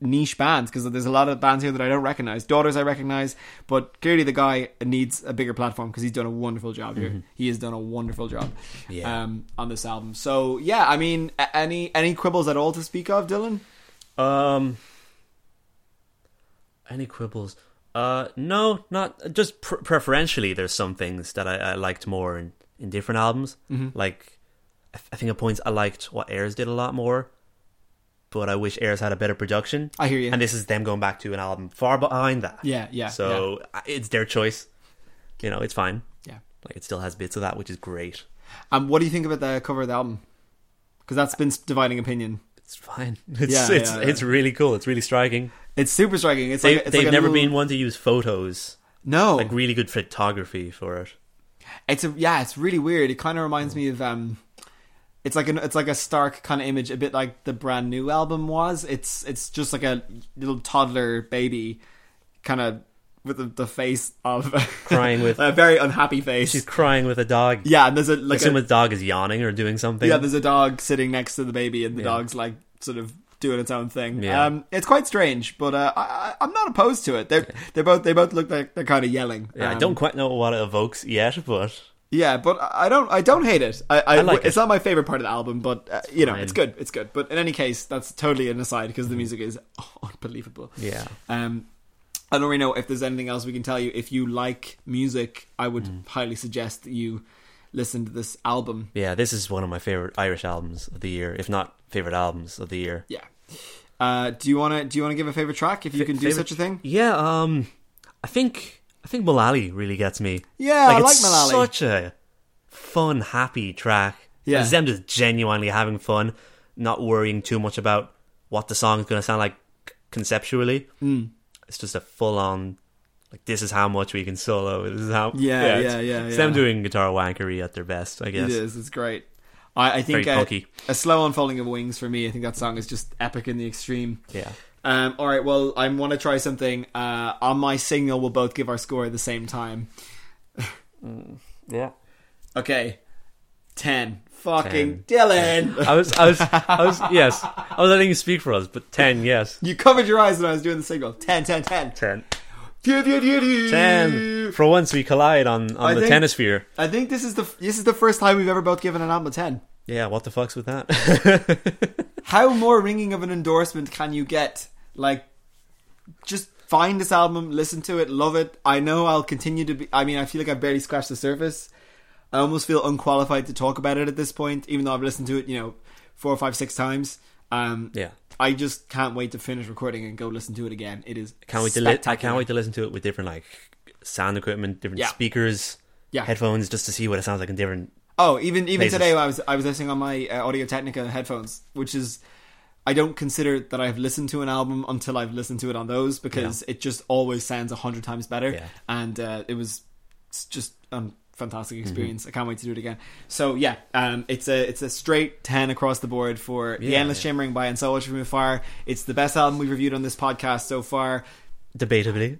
Speaker 4: niche bands because there's a lot of bands here that I don't recognize. Daughters I recognize, but clearly the guy needs a bigger platform because he's done a wonderful job here. He has done a wonderful job
Speaker 5: Mm-hmm. Yeah.
Speaker 4: um, on this album. So yeah, I mean, a- any any quibbles at all to speak of, Dylan?
Speaker 5: Um, any quibbles? Uh, no, not just pr- preferentially. There's some things that I, I liked more in, in different albums.
Speaker 4: Mm-hmm.
Speaker 5: Like, I, th- I think at points I liked what Airs did a lot more, but I wish Airs had a better production.
Speaker 4: I hear you.
Speaker 5: And this is them going back to an album far behind that.
Speaker 4: Yeah, yeah,
Speaker 5: So I it's their choice. You know, it's fine.
Speaker 4: Yeah.
Speaker 5: Like it still has bits of that, which is great.
Speaker 4: And what do you think about the cover of the album? Because that's been s- dividing opinion.
Speaker 5: It's fine. It's
Speaker 4: Yeah,
Speaker 5: it's
Speaker 4: yeah, yeah.
Speaker 5: it's really cool. It's really striking.
Speaker 4: It's super striking. It's
Speaker 5: They,
Speaker 4: like, it's
Speaker 5: they've
Speaker 4: like a
Speaker 5: never
Speaker 4: little-
Speaker 5: been one to use photos.
Speaker 4: no.
Speaker 5: Like really good photography for it.
Speaker 4: It's a yeah, it's really weird. It kind of reminds me of um, it's like an it's like a stark kind of image, a bit like the brand new album was. It's it's just like a little toddler baby, kind of with the, the face of
Speaker 5: Crying with-
Speaker 4: a very unhappy face.
Speaker 5: She's crying with a dog.
Speaker 4: yeah, and there's a like
Speaker 5: I assume
Speaker 4: a,
Speaker 5: the dog is yawning or doing something.
Speaker 4: yeah, there's a dog sitting next to the baby, and the dog's like sort of doing its own thing.
Speaker 5: Yeah.
Speaker 4: Um, it's quite strange, but uh, I, I, I'm not opposed to it. They're they both they both look like they're kind of yelling.
Speaker 5: yeah, I
Speaker 4: Um,
Speaker 5: don't quite know what it evokes yet, but
Speaker 4: Yeah, but I don't. I don't hate it. I, I,
Speaker 5: like
Speaker 4: It's
Speaker 5: it.
Speaker 4: not my favorite part of the album, but uh, you know,
Speaker 5: fine. Mm.
Speaker 4: it's good. It's good. But in any case, that's totally an aside because the music is unbelievable.
Speaker 5: Yeah.
Speaker 4: Um, I don't really know if there's anything else we can tell you. If you like music, I would
Speaker 5: Mm.
Speaker 4: highly suggest that you listen to this album.
Speaker 5: yeah, this is one of my favorite Irish albums of the year, if not favorite albums of the year.
Speaker 4: Yeah. Uh, do you want to? Do you want to give a favorite track if you can do
Speaker 5: favorite-
Speaker 4: such a thing?
Speaker 5: Yeah, um, I think I think Malali really gets me.
Speaker 4: Yeah, I
Speaker 5: it's
Speaker 4: like Mullally.
Speaker 5: Such a fun, happy track.
Speaker 4: Yeah.
Speaker 5: it's them just genuinely having fun, not worrying too much about
Speaker 4: Hmm.
Speaker 5: what the song's going to sound like conceptually. Mm. It's just a full-on like this is how much we can solo. This is how
Speaker 4: Yeah,
Speaker 5: it's-
Speaker 4: yeah, yeah,
Speaker 5: It's
Speaker 4: yeah.
Speaker 5: them doing guitar wankery at their best, I guess.
Speaker 4: It is. It's great. I, I think
Speaker 5: Very
Speaker 4: uh,
Speaker 5: punky.
Speaker 4: a slow unfolding of wings for me. I think that song is just epic in the extreme.
Speaker 5: Yeah.
Speaker 4: Um, all right. Well, I want to try something. Uh, on my signal, we'll both give our score at the same time.
Speaker 5: Mm, Yeah.
Speaker 4: Okay. Ten. Fucking
Speaker 5: Ten.
Speaker 4: Dylan.
Speaker 5: I was, I was, I was, yes, I was letting you speak for us, but 10, yes.
Speaker 4: you covered your eyes when I was doing the signal. Ten. Ten. Ten.
Speaker 5: 10.
Speaker 4: Phew, phew, phew, phew.
Speaker 5: 10. For once, we collide on, on
Speaker 4: I
Speaker 5: the
Speaker 4: think-
Speaker 5: tennis sphere.
Speaker 4: I think this is the this is the first time we've ever both given an album a ten.
Speaker 5: Yeah, what the fuck's with that?
Speaker 4: How more ringing of an endorsement can you get? Like, just find this album, listen to it, love it. I know I'll continue to be. I mean, I feel like I've barely scratched the surface. I almost feel unqualified to talk about it at this point, even though I've listened to it, you know, four or five, six times. Um,
Speaker 5: yeah.
Speaker 4: I just can't wait to finish recording and go listen to it again. It is
Speaker 5: Can't wait to li- I can't wait to listen to it with different, like, sound equipment, different
Speaker 4: Yeah.
Speaker 5: speakers,
Speaker 4: Yeah.
Speaker 5: headphones, just to see what it sounds like in different.
Speaker 4: Oh, even even
Speaker 5: Lasers.
Speaker 4: today I was I was listening on my uh, Audio Technica headphones, which is I don't consider that I've listened to an album until I've listened to it on those because it just always sounds a hundred times better,
Speaker 5: Yeah.
Speaker 4: and uh, it was it's just a
Speaker 5: Mm-hmm.
Speaker 4: fantastic experience. I can't wait to do it again. So yeah, um, it's a it's a straight ten across the board for the
Speaker 5: Yeah,
Speaker 4: Endless
Speaker 5: yeah.
Speaker 4: Shimmering by And So Watch From Fire. It's the best album we've reviewed on this podcast so far,
Speaker 5: Debatably.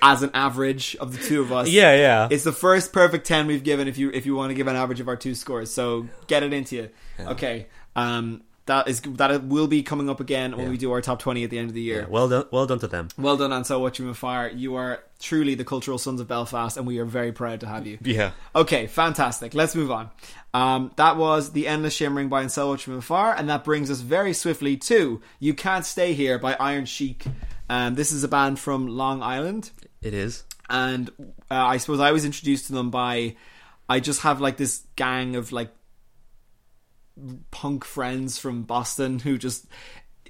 Speaker 4: as an average of the two of us.
Speaker 5: Yeah, yeah.
Speaker 4: It's the first perfect ten we've given. If you if you want to give an average of our two scores, so get it into you. Okay, um, that is that will be coming up again when
Speaker 5: Yeah.
Speaker 4: we do our top twenty at the end of the year.
Speaker 5: Yeah, well done, well done to them.
Speaker 4: well done, on so watching from fire. You are truly the cultural sons of Belfast, and we are very proud to have you.
Speaker 5: Yeah.
Speaker 4: Okay, fantastic. Let's move on. Um, that was The Endless Shimmering by Ansel Watch from Afar, and that brings us very swiftly to You Can't Stay Here by Iron Sheik. Um, this is a band from Long Island
Speaker 5: It is.
Speaker 4: and uh, I suppose I was introduced to them by I just have like this gang of like punk friends from Boston who just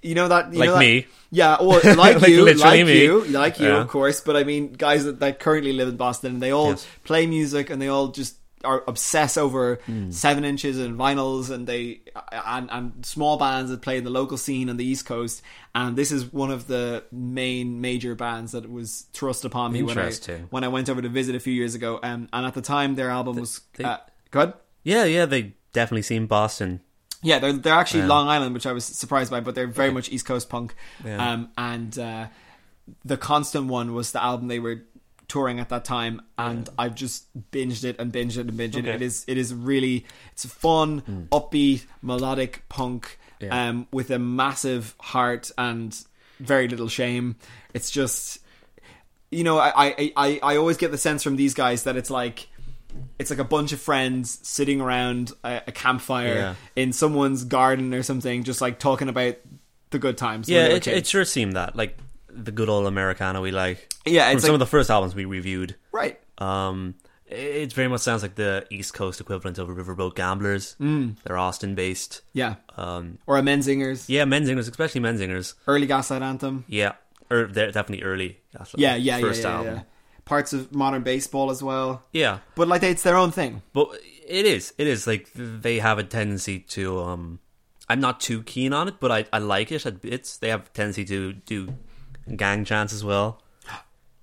Speaker 4: you know that you
Speaker 5: Like
Speaker 4: know that-
Speaker 5: me.
Speaker 4: yeah or like,
Speaker 5: Like
Speaker 4: you
Speaker 5: literally
Speaker 4: like
Speaker 5: me.
Speaker 4: you like you
Speaker 5: Yeah.
Speaker 4: of course but I mean guys that, that currently live in Boston and they all
Speaker 5: Yes.
Speaker 4: play music and they all just are obsess over
Speaker 5: Hmm.
Speaker 4: seven inches and vinyls and they and, and small bands that play in the local scene on the east coast and this is one of the main major bands that was thrust upon me when I,
Speaker 5: Interesting.
Speaker 4: when I went over to visit a few years ago um, and at the time their album was
Speaker 5: they-
Speaker 4: uh, good
Speaker 5: Yeah, yeah, they definitely seem Boston.
Speaker 4: yeah, they're they're actually Long Island, which I was surprised by, but they're very much East Coast punk.
Speaker 5: Yeah.
Speaker 4: Um, and uh, the constant one was the album they were touring at that time, and I've just binged it and binged it and binged it.
Speaker 5: Okay. Mm.
Speaker 4: It is it is really it's fun, upbeat, melodic punk,
Speaker 5: Yeah.
Speaker 4: um, with a massive heart and very little shame. It's just you know, I, I, I, I always get the sense from these guys that it's like it's like a bunch of friends sitting around a, a campfire
Speaker 5: Yeah.
Speaker 4: in someone's garden or something, just like talking about the good times. when
Speaker 5: Yeah,
Speaker 4: they were
Speaker 5: it, it
Speaker 4: kids.
Speaker 5: sure seemed that. Like, the good old Americana we like.
Speaker 4: Yeah,
Speaker 5: From
Speaker 4: it's
Speaker 5: some
Speaker 4: like-
Speaker 5: of the first albums we reviewed.
Speaker 4: right.
Speaker 5: Um, it- it very much sounds like the East Coast equivalent of Riverboat Gamblers. Mm. They're Austin based.
Speaker 4: Yeah,
Speaker 5: Um,
Speaker 4: or a Menzingers
Speaker 5: yeah, Menzingers, especially Menzingers.
Speaker 4: early Gaslight Anthem.
Speaker 5: Yeah, or they're definitely early. That's like
Speaker 4: Yeah, yeah, yeah,
Speaker 5: first
Speaker 4: yeah,
Speaker 5: album.
Speaker 4: yeah. Parts of modern baseball as well,
Speaker 5: Yeah,
Speaker 4: but like it's their own thing.
Speaker 5: but it is, it is like they have a tendency to. Um, I'm not too keen on it, but I, I like it at bits. They have a tendency to do gang chants as well.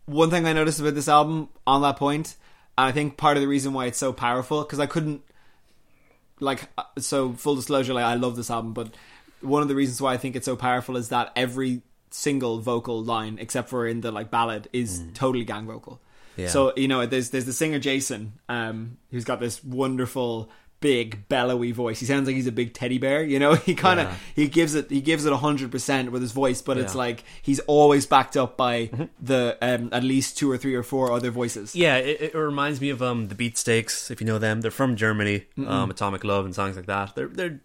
Speaker 4: one thing I noticed about this album on that point, and I think part of the reason why it's so powerful because I couldn't like uh, so full disclosure, like I love this album, but one of the reasons why I think it's so powerful is that every single vocal line, except for in the like ballad, is totally gang vocal.
Speaker 5: Yeah.
Speaker 4: So you know, there's there's the singer Jason, um, who's got this wonderful big bellowy voice. He sounds like he's a big teddy bear. You know, he kind of he gives it he gives it hundred percent with his voice, but it's
Speaker 5: Yeah. Mm-hmm.
Speaker 4: like he's always backed up by the um, at least two or three or four other voices.
Speaker 5: Yeah, it, it reminds me of um the Beatsteaks, if you know them. They're from Germany. Um, Atomic Love and songs like that. They're they're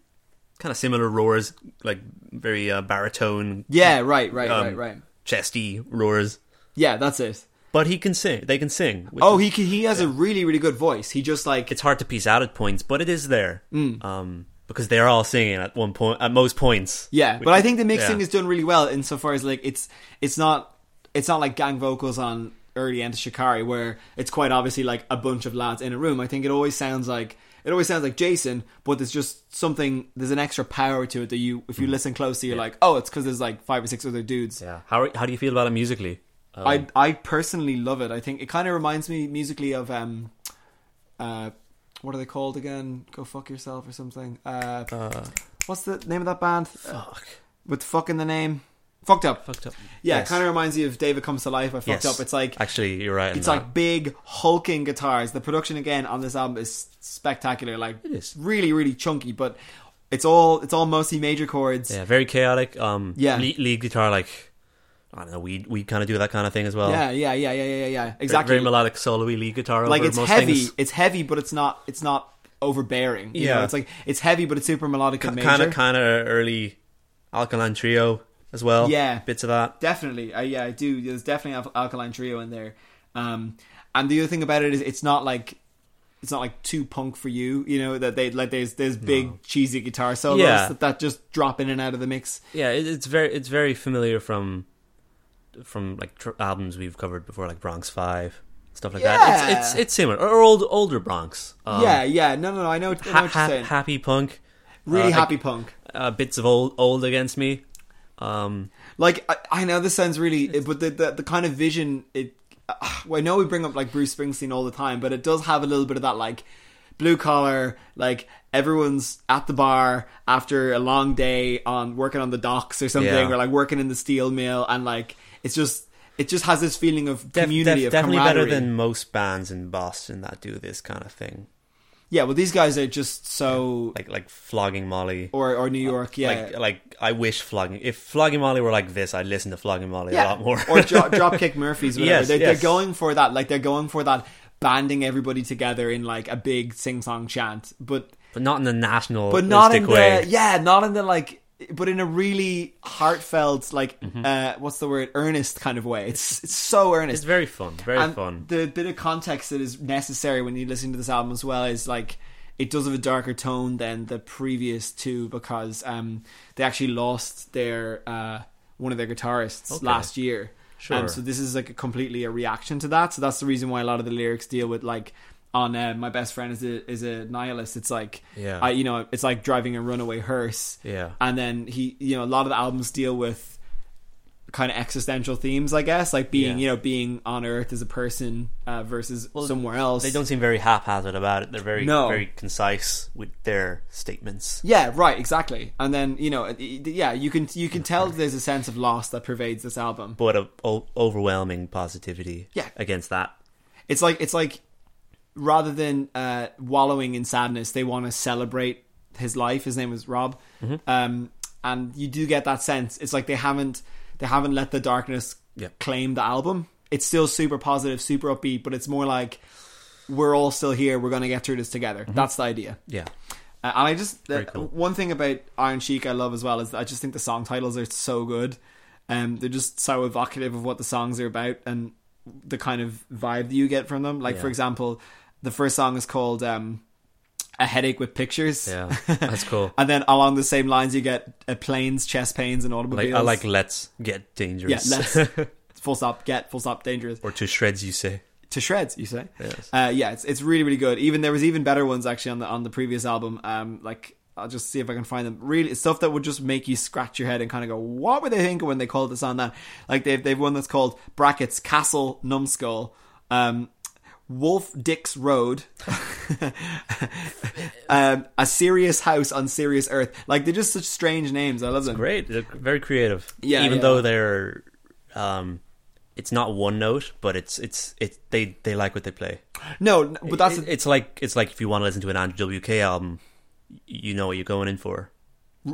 Speaker 5: kind of similar roars, like very uh, baritone,
Speaker 4: Yeah, right, right,
Speaker 5: um,
Speaker 4: right, right.
Speaker 5: chesty roars.
Speaker 4: Yeah, that's it.
Speaker 5: But he can sing. They can sing. which
Speaker 4: Oh,
Speaker 5: is-
Speaker 4: he can, he has a really really good voice. He just like
Speaker 5: It's hard to piece out at points, but it is there.
Speaker 4: Mm.
Speaker 5: Um, because they're all singing at one point, at most points.
Speaker 4: Yeah,
Speaker 5: Which-
Speaker 4: but I think the mixing
Speaker 5: yeah.
Speaker 4: is done really well insofar as like it's it's not it's not like gang vocals on early end of Shikari where it's quite obviously like a bunch of lads in a room. I think it always sounds like it always sounds like Jason, but there's just something there's an extra power to it that you if you listen closely you're like, oh, it's because there's like five or six other dudes.
Speaker 5: Yeah. How are- how do you feel about it musically? Uh,
Speaker 4: I I personally love it. I think it kind of reminds me musically of um, uh, what are they called again? Go fuck yourself or something. Uh, what's the name of that band?
Speaker 5: Fuck.
Speaker 4: With fuck in the name. Fucked up.
Speaker 5: Fucked up.
Speaker 4: Yeah,
Speaker 5: Yes.
Speaker 4: it kind of reminds you of David Comes to Life. I fucked
Speaker 5: Yes.
Speaker 4: up. It's like
Speaker 5: Actually, you're right. in
Speaker 4: it's
Speaker 5: that.
Speaker 4: like big hulking guitars. The production again on this album is spectacular. Like
Speaker 5: It is.
Speaker 4: really really chunky, but it's all it's all mostly major chords.
Speaker 5: yeah, very chaotic. Um,
Speaker 4: Yeah.
Speaker 5: lead, lead guitar like I don't know. We we kind of do that kind of thing as well.
Speaker 4: yeah, yeah, yeah, yeah, yeah, yeah. Exactly.
Speaker 5: Very, very melodic solo-y lead guitar.
Speaker 4: like
Speaker 5: over
Speaker 4: it's
Speaker 5: most
Speaker 4: heavy.
Speaker 5: things.
Speaker 4: It's heavy, but it's not. It's not overbearing. You
Speaker 5: Yeah.
Speaker 4: know, it's like it's heavy, but it's super melodic and major.
Speaker 5: kind of kind of early alkaline trio as well
Speaker 4: Yeah.
Speaker 5: bits of that
Speaker 4: definitely. I, yeah, I do. There's definitely Al- alkaline trio in there. Um, and the other thing about it is it's not like it's not like too punk for you. You know that they like there's there's big cheesy guitar solos
Speaker 5: Yeah.
Speaker 4: that, that just drop in and out of the mix.
Speaker 5: yeah it, it's very it's very familiar from from like tr- albums we've covered before like bronx five stuff like that
Speaker 4: Yeah.
Speaker 5: it's it's, it's similar or old older bronx um,
Speaker 4: yeah, yeah. No, no, no. I know. I know
Speaker 5: ha-
Speaker 4: what
Speaker 5: ha-
Speaker 4: you're saying.
Speaker 5: happy punk
Speaker 4: really
Speaker 5: uh,
Speaker 4: happy punk.
Speaker 5: uh, bits of old old against me um
Speaker 4: Like I, I know this sounds really, but the, the the kind of vision it. Uh, well, I know we bring up like Bruce Springsteen all the time, but it does have a little bit of that like blue collar, like everyone's at the bar after a long day on working on the docks or something,
Speaker 5: Yeah.
Speaker 4: or like working in the steel mill, and like it's just it just has this feeling of
Speaker 5: def-
Speaker 4: community,
Speaker 5: def-
Speaker 4: of
Speaker 5: definitely better
Speaker 4: camaraderie.
Speaker 5: than most bands in boston that do this kind of thing
Speaker 4: yeah. Well, these guys are just so
Speaker 5: like like flogging molly
Speaker 4: or or New York, Oh, yeah.
Speaker 5: Like, like I wish flogging. If flogging Molly were like this, I'd listen to flogging Molly a lot more.
Speaker 4: or jo- Dropkick Murphys, whatever.
Speaker 5: Yes,
Speaker 4: they're,
Speaker 5: yes.
Speaker 4: they're going for that. Like they're going for that banding everybody together in like a big sing song chant, but
Speaker 5: but not in the national,
Speaker 4: but not in the
Speaker 5: way.
Speaker 4: yeah, not in the like, but in a really heartfelt like
Speaker 5: Mm-hmm.
Speaker 4: uh, what's the word earnest kind of way. It's it's so earnest.
Speaker 5: It's very fun, very
Speaker 4: And
Speaker 5: fun.
Speaker 4: The bit of context that is necessary when you listen to this album as well is like it does have a darker tone than the previous two because um, they actually lost their uh, one of their guitarists
Speaker 5: Okay.
Speaker 4: last year.
Speaker 5: Sure.
Speaker 4: Um, so this is like a completely a reaction to that. So that's the reason why a lot of the lyrics deal with like on uh, my best friend is a is a nihilist. It's like
Speaker 5: Yeah.
Speaker 4: I, you know it's like driving a runaway hearse.
Speaker 5: Yeah.
Speaker 4: And then he you know a lot of the albums deal with kind of existential themes, I guess, like being
Speaker 5: Yeah.
Speaker 4: you know being on Earth as a person uh, versus somewhere else.
Speaker 5: they don't seem very haphazard about it. They're very,
Speaker 4: No.
Speaker 5: very concise with their statements.
Speaker 4: Yeah, right, exactly. And then you know, it- it- yeah, you can you can tell there's a sense of loss that pervades this album.
Speaker 5: But a o- overwhelming positivity
Speaker 4: Yeah.
Speaker 5: against that.
Speaker 4: It's like it's like rather than uh, wallowing in sadness, they want to celebrate his life. His name was Rob,
Speaker 5: Mm-hmm.
Speaker 4: um, and you do get that sense. It's like they haven't they haven't let the darkness
Speaker 5: Yeah.
Speaker 4: claim the album. It's still super positive, super upbeat, but it's more like we're all still here. We're going to get through this together.
Speaker 5: Mm-hmm.
Speaker 4: That's the idea.
Speaker 5: Yeah,
Speaker 4: Uh, and I just uh,
Speaker 5: cool.
Speaker 4: one thing about Iron Sheik I love as well is I just think the song titles are so good. Um, they're just so evocative of what the songs are about and the kind of vibe that you get from them. Like for
Speaker 5: Yeah.
Speaker 4: example, the first song is called um, "A Headache with Pictures."
Speaker 5: yeah, that's cool.
Speaker 4: And then along the same lines, you get uh, planes, chest pains, and
Speaker 5: like
Speaker 4: automobiles.
Speaker 5: I like. Let's get
Speaker 4: yeah,
Speaker 5: dangerous.
Speaker 4: let's full stop get full stop dangerous
Speaker 5: or to shreds, you say.
Speaker 4: to shreds. You say,
Speaker 5: Yes.
Speaker 4: uh, yeah, it's it's really really good. Even there was even better ones actually on the on the previous album. Um, like I'll just see if I can find them. Really stuff that would just make you scratch your head and kind of go, what were they thinking when they called this on that? Like they've they've one that's called brackets castle numbskull. Um. Wolf Dick's Road, um, a serious house on serious earth. Like they're just such strange names. I love them.
Speaker 5: Great, they're very creative.
Speaker 4: Yeah,
Speaker 5: even
Speaker 4: yeah.
Speaker 5: though they're, um, it's not one note, but it's it's it. They they like what they play.
Speaker 4: No, n- but that's
Speaker 5: It- it's like it's like if you want to listen to an Andrew WK album, y- you know what you're going in for.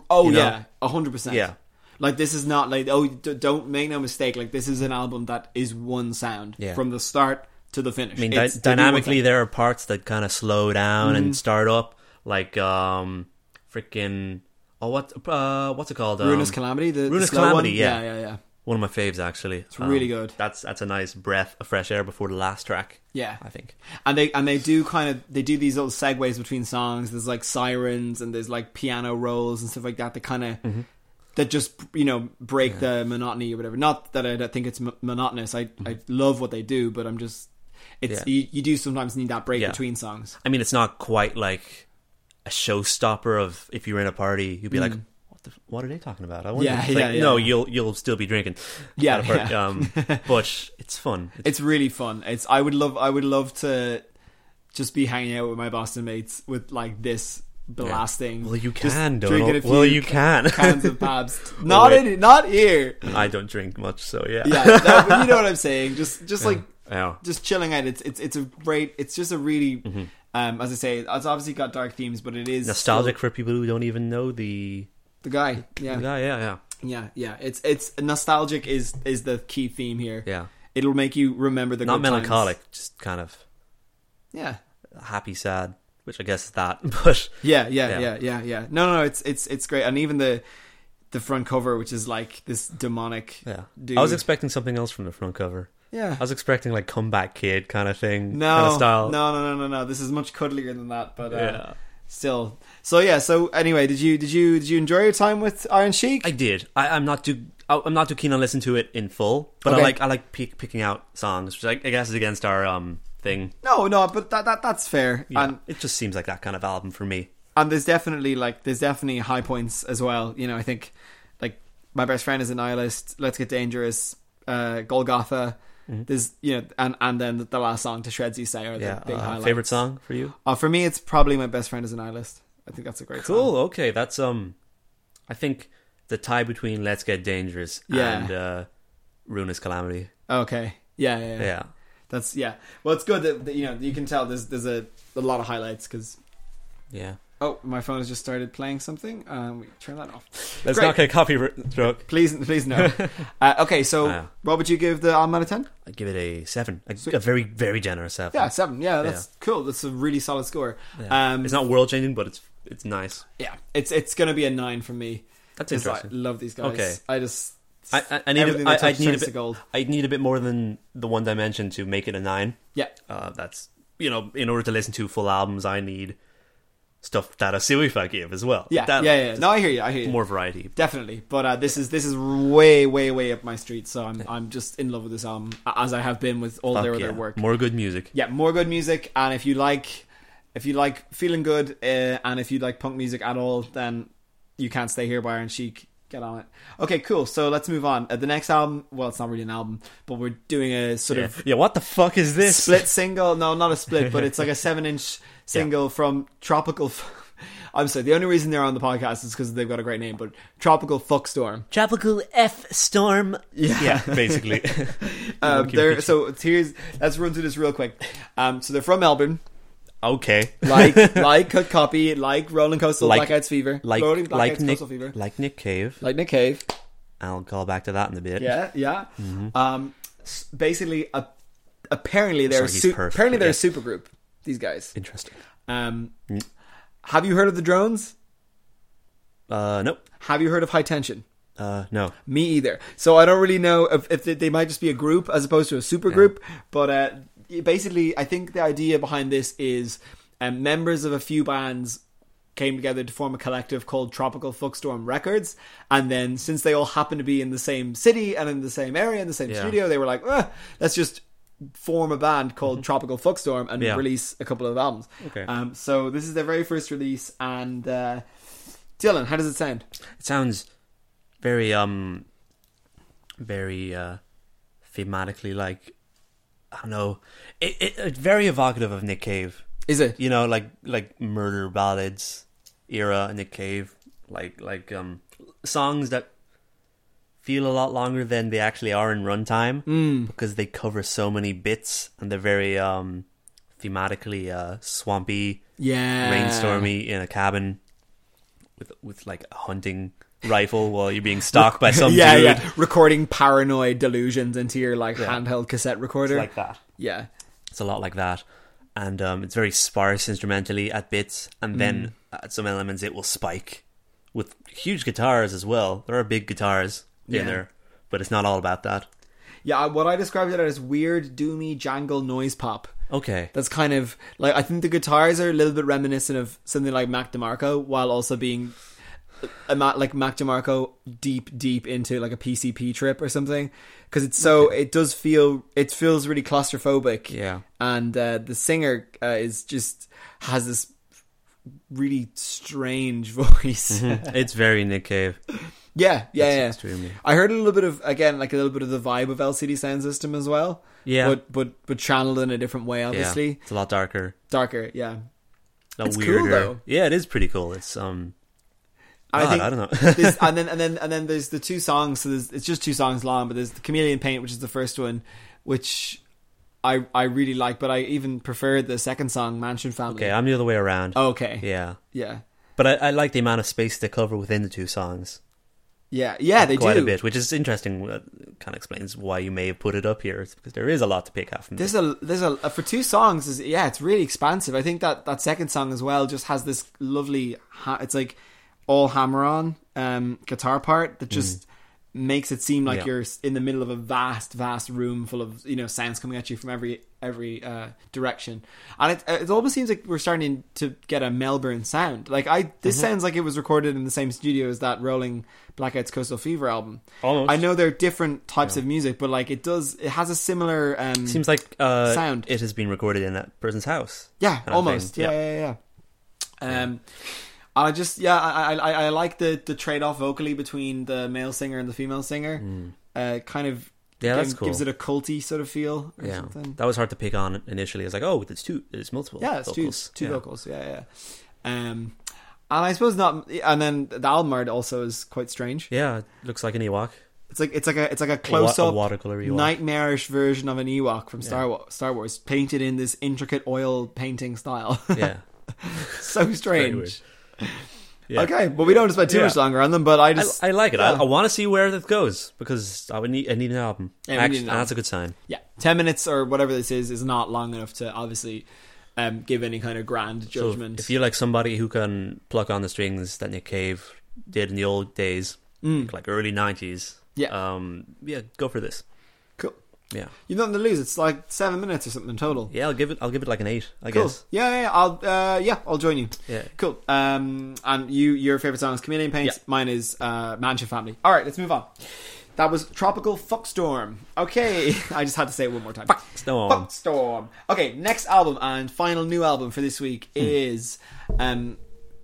Speaker 4: Oh
Speaker 5: You know?
Speaker 4: yeah, a hundred percent.
Speaker 5: Yeah.
Speaker 4: like this is not like oh d- don't make no mistake. Like this is an album that is one sound
Speaker 5: Yeah.
Speaker 4: from the start to the finish.
Speaker 5: I mean, dy- dynamically, there are parts that kind of slow down
Speaker 4: Mm.
Speaker 5: and start up, like um, freaking oh what uh, what's it called? Um,
Speaker 4: Ruinous Calamity, the, the
Speaker 5: Ruinous
Speaker 4: slow
Speaker 5: Calamity,
Speaker 4: one.
Speaker 5: yeah.
Speaker 4: yeah, yeah, yeah.
Speaker 5: One of my faves, actually. It's
Speaker 4: really good.
Speaker 5: That's that's a nice breath of fresh air before the last track.
Speaker 4: Yeah.
Speaker 5: I think.
Speaker 4: And they and they do kind of they do these little segues between songs. There's like sirens and there's like piano rolls and stuff like that. That kind of
Speaker 5: Mm-hmm.
Speaker 4: that just you know break the monotony or whatever. Not that I don't think it's m- monotonous. I I love what they do, but I'm just it's
Speaker 5: Mm-hmm. Yeah.
Speaker 4: you, you do sometimes need that break
Speaker 5: Yeah.
Speaker 4: between songs.
Speaker 5: I mean, it's not quite like a showstopper of if you're in a party, you'd be like, "What the, what are they talking about? I wonder.
Speaker 4: Mm. Yeah,
Speaker 5: It's
Speaker 4: yeah,
Speaker 5: like,
Speaker 4: yeah.
Speaker 5: No, you'll you'll still be drinking.
Speaker 4: Yeah,
Speaker 5: That part,
Speaker 4: yeah.
Speaker 5: Um, but it's fun. It's,
Speaker 4: It's really fun. It's I would love I would love to just be hanging out with my Boston mates with like this blasting.
Speaker 5: well, you
Speaker 4: just
Speaker 5: can, Donald.
Speaker 4: drinking a few
Speaker 5: well, you can.
Speaker 4: cans of Pabst. Not
Speaker 5: wait.
Speaker 4: in, not here.
Speaker 5: I don't drink much, so yeah.
Speaker 4: Yeah, no, but you know what I'm saying. Just just like
Speaker 5: Yeah.
Speaker 4: just chilling out. It's it's it's a great. It's just a really.
Speaker 5: Mm-hmm.
Speaker 4: Um, as I say, it's obviously got dark themes, but it is
Speaker 5: Nostalgic for people who don't even know the.
Speaker 4: still- The guy, yeah,
Speaker 5: Yeah, yeah, yeah.
Speaker 4: yeah, yeah. It's it's nostalgic is is the key theme here.
Speaker 5: Yeah.
Speaker 4: it'll make you remember the
Speaker 5: Not
Speaker 4: good times.
Speaker 5: melancholic, just kind of
Speaker 4: Yeah,
Speaker 5: happy, sad, which I guess is that. But
Speaker 4: Yeah, yeah,
Speaker 5: Yeah.
Speaker 4: yeah, yeah, yeah. No, no, no, it's it's it's great, and even the the front cover, which is like this demonic.
Speaker 5: yeah,
Speaker 4: dude.
Speaker 5: I was expecting something else from the front cover.
Speaker 4: yeah.
Speaker 5: I was expecting like comeback kid kind of thing,
Speaker 4: no,
Speaker 5: kind of style.
Speaker 4: no, no, no, no, no. This is much cuddlier than that, but uh,
Speaker 5: Yeah.
Speaker 4: still. So yeah. So anyway, did you did you did you enjoy your time with Iron Sheik?
Speaker 5: I did. I, I'm not too. I- I'm not too keen on listening to it in full, but
Speaker 4: Okay.
Speaker 5: I like I like pick, picking out songs, which I, I guess is against our um thing.
Speaker 4: no, no, but that, that that's fair.
Speaker 5: Yeah,
Speaker 4: And
Speaker 5: it just seems like that kind of album for me.
Speaker 4: and there's definitely like there's definitely high points as well. You know, I think like my best friend is a nihilist. Let's get dangerous. Uh, Golgotha. There's you know, and and then the last song to shreds you say are
Speaker 5: Mm-hmm. Yeah,
Speaker 4: the big
Speaker 5: uh,
Speaker 4: highlights.
Speaker 5: favorite song for you?
Speaker 4: Uh, for me, it's probably my best friend is an nihilist. I think that's a great song.
Speaker 5: Cool. Okay, that's um, I think the tie between "Let's Get Dangerous"
Speaker 4: Yeah.
Speaker 5: and uh, "Ruinous Calamity."
Speaker 4: Okay. Yeah, yeah, yeah.
Speaker 5: Yeah,
Speaker 4: That's yeah. Well, it's good that, that, you know you can tell there's there's a, a lot of highlights because
Speaker 5: yeah.
Speaker 4: oh my phone has just started playing something. Um, we turn that off.
Speaker 5: Let's
Speaker 4: Great.
Speaker 5: not get copyright stroke.
Speaker 4: Please, please no. uh, okay, so
Speaker 5: Ah.
Speaker 4: what would you give the album out of ten?
Speaker 5: I give it a seven, a, a very very generous seven.
Speaker 4: Yeah, seven. Yeah, that's cool. That's a really solid score.
Speaker 5: Yeah.
Speaker 4: Um,
Speaker 5: it's not world changing, but it's it's nice.
Speaker 4: yeah, it's it's gonna be a nine from me.
Speaker 5: That's
Speaker 4: 'cause I
Speaker 5: interesting.
Speaker 4: love these guys.
Speaker 5: Okay.
Speaker 4: I just
Speaker 5: I, I, I need
Speaker 4: everything
Speaker 5: a,
Speaker 4: they
Speaker 5: I, I
Speaker 4: touch
Speaker 5: need a
Speaker 4: turns to
Speaker 5: bit.
Speaker 4: gold.
Speaker 5: I need a bit more than the one dimension to make it a nine.
Speaker 4: Yeah,
Speaker 5: Uh, that's you know, in order to listen to full albums, I need stuff that a Suifa give as well.
Speaker 4: yeah,
Speaker 5: That-
Speaker 4: yeah, yeah. No, I hear you. I hear you.
Speaker 5: more variety.
Speaker 4: definitely. But uh, this is this is way way way up my street. So I'm I'm just in love with this album as I have been with all
Speaker 5: Fuck
Speaker 4: their
Speaker 5: yeah.
Speaker 4: other work.
Speaker 5: More good music.
Speaker 4: yeah, more good music. And if you like if you like feeling good, uh, and if you like punk music at all, then you can't stay here by Iron Chic. Get on it. Okay, cool. So let's move on. Uh, the next album. Well, it's not really an album, but we're doing a sort
Speaker 5: Yeah.
Speaker 4: of
Speaker 5: Yeah, What the fuck is this?
Speaker 4: split single. No, not a split, but it's like a seven inch single from Tropical. F- I'm sorry. The only reason they're on the podcast is because they've got a great name, but Tropical Fuckstorm.
Speaker 5: Tropical F storm. Yeah, basically.
Speaker 4: Um,
Speaker 5: Monkey
Speaker 4: they're,
Speaker 5: Wrench.
Speaker 4: so it's- here's let's run through this real quick. Um, so they're from Melbourne,
Speaker 5: okay.
Speaker 4: like like Cut Copy, like Rolling Coastal
Speaker 5: Like-
Speaker 4: Blackouts Fever,
Speaker 5: Like
Speaker 4: Rolling Blackouts
Speaker 5: like Nick
Speaker 4: Coastal Fever,
Speaker 5: like Nick Cave.
Speaker 4: like Nick Cave.
Speaker 5: I'll call back to that in a bit.
Speaker 4: Yeah, yeah.
Speaker 5: Mm-hmm.
Speaker 4: Um, s- basically, a, apparently they're a
Speaker 5: Sorry, he's
Speaker 4: su-
Speaker 5: perfect,
Speaker 4: apparently
Speaker 5: but
Speaker 4: they're
Speaker 5: yeah. Mm.
Speaker 4: a super group. These guys.
Speaker 5: Interesting.
Speaker 4: Um, have you heard of the Drones?
Speaker 5: Uh, nope.
Speaker 4: Have you heard of High Tension?
Speaker 5: Uh, no.
Speaker 4: Me either. So I don't really know if, if they, they might just be a group as opposed to a super group. But uh, basically, I think the idea behind this is um, members of a few bands came together to form a collective called Tropical Fuckstorm Records. And then since they all happen to be in the same city and in the same area and the same
Speaker 5: Yeah.
Speaker 4: studio, they were like, "Ah, let's just form a band called Tropical Fuckstorm and
Speaker 5: Mm-hmm. Yeah.
Speaker 4: release a couple of albums.
Speaker 5: Okay.
Speaker 4: Um, so this is their very first release. And uh, Dylan, how does it sound?
Speaker 5: It sounds very um, very uh, thematically like I don't know. It, it it's very evocative of Nick Cave.
Speaker 4: Is it?
Speaker 5: You know, like like murder ballads era Nick Cave, like like um songs that feel a lot longer than they actually are in runtime
Speaker 4: Mm.
Speaker 5: because they cover so many bits and they're very um thematically uh swampy
Speaker 4: Yeah.
Speaker 5: rainstormy
Speaker 4: Ah.
Speaker 5: in a cabin with with like a hunting rifle while you're being stalked by some
Speaker 4: yeah,
Speaker 5: dude
Speaker 4: yeah. Recording paranoid delusions into your like handheld cassette recorder.
Speaker 5: like that.
Speaker 4: yeah.
Speaker 5: It's a lot like that, and um, it's very sparse instrumentally at bits,
Speaker 4: Mm.
Speaker 5: and then at some elements it will spike with huge guitars as well. There are big guitars
Speaker 4: Yeah.
Speaker 5: in there, but it's not all about that.
Speaker 4: Yeah, I- what I described it as weird, doomy, jangle noise pop.
Speaker 5: Okay,
Speaker 4: That's kind of like I think the guitars are a little bit reminiscent of something like Mac DeMarco, while also being a ma- like Mac DeMarco deep, deep into like a PCP trip or something. Because it's so it does feel it feels really claustrophobic.
Speaker 5: Yeah.
Speaker 4: and uh, the singer uh, is just has this really strange voice.
Speaker 5: it's very Nick Cave.
Speaker 4: yeah, yeah,
Speaker 5: It's
Speaker 4: yeah.
Speaker 5: Mm-hmm. Extremely.
Speaker 4: I heard a little bit of again, like a little bit of the vibe of LCD Sound System as well.
Speaker 5: Yeah.
Speaker 4: but but but channeled in a different way, obviously
Speaker 5: Yeah, it's a lot darker.
Speaker 4: darker. Yeah,
Speaker 5: A lot
Speaker 4: It's cool,
Speaker 5: weirder.
Speaker 4: though.
Speaker 5: Yeah, it is pretty cool. It's um
Speaker 4: I
Speaker 5: God,
Speaker 4: think
Speaker 5: I don't know.
Speaker 4: there's- and then and then and then there's the two songs. So there's, it's just two songs long, but there's the Chameleon Paint, which is the first one, which I I really like, but I even prefer the second song, Mansion Family.
Speaker 5: okay, I'm the other way around.
Speaker 4: okay,
Speaker 5: Yeah.
Speaker 4: yeah,
Speaker 5: But I, I like the amount of space they cover within the two songs.
Speaker 4: yeah, yeah. They
Speaker 5: quite
Speaker 4: do
Speaker 5: a bit, which is interesting. Uh, kind of explains why you may have put it up here, it's because there is a lot to pick out from this.
Speaker 4: There's a there's a uh, for two songs is yeah it's really expansive. I think that that second song as well just has this lovely ha- it's like all hammer on um, guitar part that just makes it seem like
Speaker 5: Mm. Yeah.
Speaker 4: you're s- in the middle of a vast vast room full of you know sounds coming at you from every every uh, direction, and it it almost seems like we're starting to get a Melbourne sound. Like I this
Speaker 5: Mm-hmm.
Speaker 4: sounds like it was recorded in the same studio as that Rolling Blackout's Coastal Fever album.
Speaker 5: Almost.
Speaker 4: I know they're different types of music, but like it does it has a similar um,
Speaker 5: Seems like uh,
Speaker 4: Sound.
Speaker 5: It has been recorded in that person's house.
Speaker 4: yeah,
Speaker 5: kind of
Speaker 4: almost.
Speaker 5: thing.
Speaker 4: Yeah, yeah, yeah. yeah. Um, I just yeah, I I, I- I like the the trade off vocally between the male singer and the female singer. Uh, kind of
Speaker 5: Mm. Yeah, that's cool.
Speaker 4: Gives it a culty sort of feel or
Speaker 5: yeah.
Speaker 4: something.
Speaker 5: That was hard to pick on initially. It's like, oh, it's two, it's multiple.
Speaker 4: Yeah, it's
Speaker 5: vocals.
Speaker 4: two two
Speaker 5: Yeah.
Speaker 4: vocals. Yeah, yeah. Um, and I suppose not. And then the album art also is quite strange.
Speaker 5: Yeah, it looks like an Ewok.
Speaker 4: It's like it's like a it's like a close up
Speaker 5: a watercolor Ewok.
Speaker 4: nightmarish version of an Ewok from Star Wars, Star Wars, painted in this intricate oil painting style.
Speaker 5: Yeah,
Speaker 4: so
Speaker 5: very
Speaker 4: strange.
Speaker 5: weird. Yeah.
Speaker 4: Okay, but we don't want to spend too
Speaker 5: Yeah.
Speaker 4: much longer on them. But I
Speaker 5: I,
Speaker 4: just,
Speaker 5: I like it.
Speaker 4: Yeah.
Speaker 5: I, I want to see where that goes because I would need, I need an album.
Speaker 4: Yeah, we
Speaker 5: Actually,
Speaker 4: need an
Speaker 5: and
Speaker 4: album.
Speaker 5: that's a good sign.
Speaker 4: yeah, ten minutes or whatever this is is not long enough to obviously um, give any kind of grand
Speaker 5: So
Speaker 4: judgment.
Speaker 5: if you're like somebody who can pluck on the strings that Nick Cave did in the old days, like early '90s,
Speaker 4: Mm. Yeah.
Speaker 5: um, yeah, go for this.
Speaker 4: cool,
Speaker 5: Yeah,
Speaker 4: you've nothing to lose. It's like seven minutes or something total.
Speaker 5: yeah, I'll give it. I'll give it like an eight. I
Speaker 4: cool.
Speaker 5: guess.
Speaker 4: Yeah, yeah, yeah, I'll, uh, yeah, I'll join you.
Speaker 5: Yeah.
Speaker 4: cool. Um, and you, your favorite song is Chameleon Paint.
Speaker 5: Yeah.
Speaker 4: Mine is uh, Mansion Family. All right, let's move on. That was Tropical Fuckstorm. Okay, I just had to say it one more time.
Speaker 5: Storm.
Speaker 4: Fuckstorm. Okay, next album and final new album for this week
Speaker 5: Hmm.
Speaker 4: is um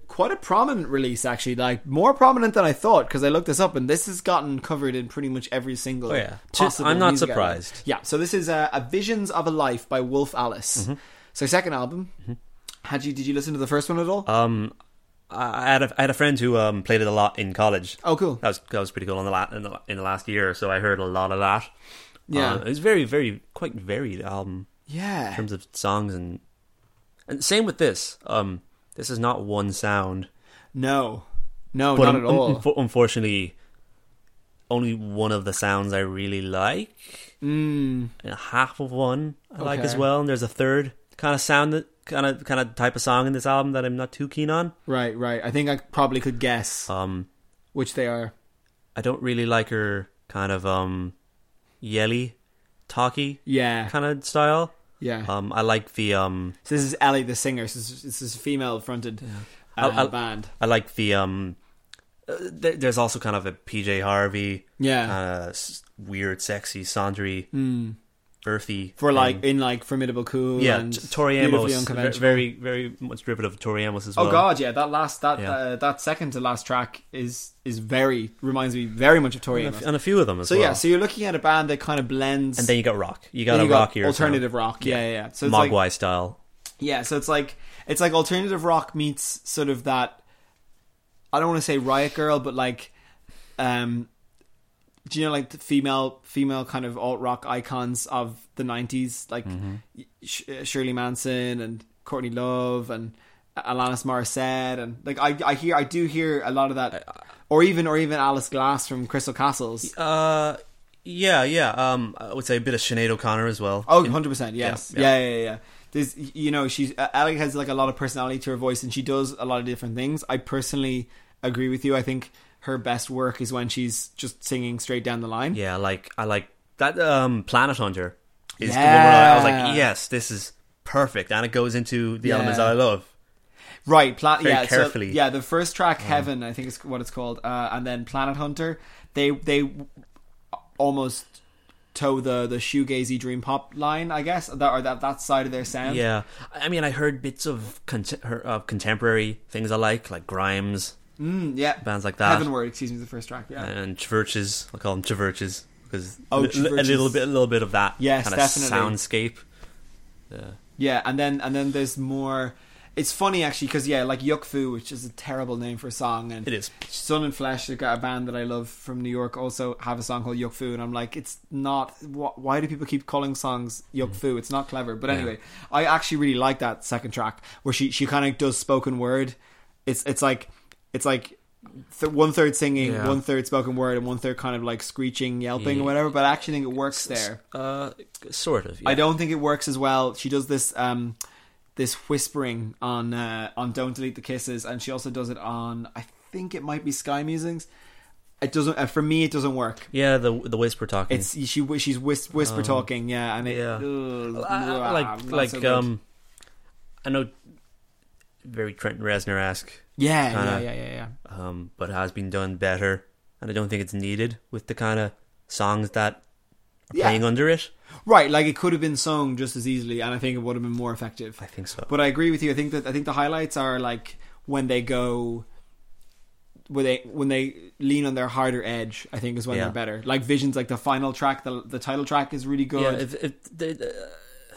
Speaker 4: quite a prominent release actually, like more prominent than I thought because I looked this up and this has gotten covered in pretty much every single.
Speaker 5: Oh, yeah. T-
Speaker 4: possible
Speaker 5: I'm not
Speaker 4: music album.
Speaker 5: surprised.
Speaker 4: Yeah, so this is uh, a Visions of a Life by Wolf Alice.
Speaker 5: Mm-hmm.
Speaker 4: So second album. Had you did you listen to the first one at all?
Speaker 5: Um, I I had a, I had a friend who um, played it a lot in college.
Speaker 4: oh, cool.
Speaker 5: That was that was pretty cool on the la- in, the, in the last year, or so I heard a lot of that.
Speaker 4: Yeah.
Speaker 5: Uh, it was very very quite varied album
Speaker 4: yeah.
Speaker 5: in terms of songs and and same with this. Um, this is not one sound,
Speaker 4: no, no,
Speaker 5: but
Speaker 4: Oh, not
Speaker 5: un-
Speaker 4: at all.
Speaker 5: un- unfo- unfortunately, only one of the sounds I really like.
Speaker 4: mm,
Speaker 5: And half of one I like as
Speaker 4: Okay.
Speaker 5: well, and there's a third kind of sound that kind of kind of type of song in this album that I'm not too keen on.
Speaker 4: right, right. I think I probably could guess
Speaker 5: Um,
Speaker 4: which they are.
Speaker 5: I don't really like her kind of um yelly, talky
Speaker 4: Yeah,
Speaker 5: kind of style.
Speaker 4: yeah.
Speaker 5: Um, I like the um,
Speaker 4: So this is Ellie the singer. This is, this is a female fronted uh,
Speaker 5: I'll- I'll-
Speaker 4: band.
Speaker 5: I like the um. uh, there- There's also kind of a PJ Harvey,
Speaker 4: Yeah. Hmm.
Speaker 5: kind of s- weird, sexy, saundery, earthy
Speaker 4: For like
Speaker 5: thing.
Speaker 4: in like formidable cool.
Speaker 5: yeah,
Speaker 4: and
Speaker 5: t- Tori
Speaker 4: beautifully
Speaker 5: Amos, ve-
Speaker 4: unconventional.
Speaker 5: very, very much derivative of Tori Amos as well.
Speaker 4: Oh god, yeah. That last that
Speaker 5: Yeah.
Speaker 4: uh, that second to last track is is very reminds me very much of Tori
Speaker 5: and a,
Speaker 4: Amos.
Speaker 5: f- and a few of them as
Speaker 4: So
Speaker 5: well.
Speaker 4: yeah, so you're looking at a band that kind of blends
Speaker 5: and then you got rock. You got
Speaker 4: then
Speaker 5: a
Speaker 4: you
Speaker 5: rockier
Speaker 4: alternative rock. Yeah, yeah. yeah. So
Speaker 5: sound.
Speaker 4: it's like,
Speaker 5: Mogwai style.
Speaker 4: Yeah, so it's like it's like alternative rock meets sort of that. I don't want to say Riot Girl, but like, um, do you know like the female female kind of alt rock icons of the '90s, like Sh- uh, Shirley Manson and Courtney Love and Alanis Morissette, and like I I hear I do hear a lot of that, or even or even Alice Glass from Crystal Castles.
Speaker 5: Uh, yeah, yeah. Um, I would say a bit of Sinead O'Connor as well.
Speaker 4: Oh, 100 percent. Yes.
Speaker 5: yeah.
Speaker 4: Yeah. Yeah. Yeah. yeah, There's, you know, she's uh, Alec has like a lot of personality to her voice, and she does a lot of different things. I personally agree with you. I think her best work is when she's just singing straight down the line.
Speaker 5: Yeah, I like I like that um Planet Hunter is the one where I, I was
Speaker 4: Yeah.
Speaker 5: like, yes, this is perfect, and it goes into the elements
Speaker 4: Yeah.
Speaker 5: that I love.
Speaker 4: Right. Pla-
Speaker 5: Very
Speaker 4: yeah. so-
Speaker 5: carefully. Mm.
Speaker 4: yeah. The first track, Heaven, I think is what it's called, uh, and then Planet Hunter. They they almost toe the the shoegazy dream pop line, I guess, that or that that side of their sound.
Speaker 5: Yeah, I mean, I heard bits of cont- her, uh, contemporary things I like, like Grimes
Speaker 4: Mm, yeah.
Speaker 5: bands like that,
Speaker 4: Heavenward, excuse me, the first track. Yeah.
Speaker 5: and Churches. I call them Churches because
Speaker 4: Oh,
Speaker 5: li- li- a
Speaker 4: Churches.
Speaker 5: little bit, a little bit of that
Speaker 4: Yes,
Speaker 5: kind
Speaker 4: definitely.
Speaker 5: of soundscape. Yeah.
Speaker 4: Yeah, and then and then there's more. It's funny actually because yeah, like Yuk Fu, which is a terrible name for a song, and
Speaker 5: It is.
Speaker 4: Sun and Flesh, they've got a band that I love from New York, also have a song called Yuk Fu, and I'm like, it's not. Wh- why do people keep calling songs
Speaker 5: Mm.
Speaker 4: Yuk Fu? It's not clever. But anyway, I actually really like that second track where she she kind of does spoken word. It's it's like it's like. Th- one third singing,
Speaker 5: Yeah.
Speaker 4: one third spoken word, and one third kind of like screeching, yelping,
Speaker 5: Yeah.
Speaker 4: or whatever. But I actually think it works there.
Speaker 5: Uh, sort of.
Speaker 4: I
Speaker 5: yeah.
Speaker 4: don't think it works as well. She does this um this whispering on uh, on "Don't Delete the Kisses," and she also does it on I think it might be Sky Musings. It doesn't uh, for me. It doesn't work.
Speaker 5: Yeah, the the whisper talking.
Speaker 4: It's she she's whis- whisper talking, yeah, and it
Speaker 5: Hmm. Oh. yeah.
Speaker 4: ugh,
Speaker 5: I- I
Speaker 4: blah,
Speaker 5: like
Speaker 4: not
Speaker 5: like
Speaker 4: so good.
Speaker 5: um, I know, very Trent Reznor esque,
Speaker 4: yeah, yeah
Speaker 5: kinda-
Speaker 4: yeah yeah yeah
Speaker 5: um, but has been done better, and I don't think it's needed with the kind of songs that are
Speaker 4: Yeah.
Speaker 5: playing under it.
Speaker 4: right. Like it could have been sung just as easily, and I think it would have been more effective.
Speaker 5: I think so.
Speaker 4: But I agree with you. I think that I think the highlights are like when they go when they when they lean on their harder edge. I think is when
Speaker 5: Yeah.
Speaker 4: they're better. Like Visions, like the final track, the the title track is really
Speaker 5: yeah,
Speaker 4: good.
Speaker 5: if, if the,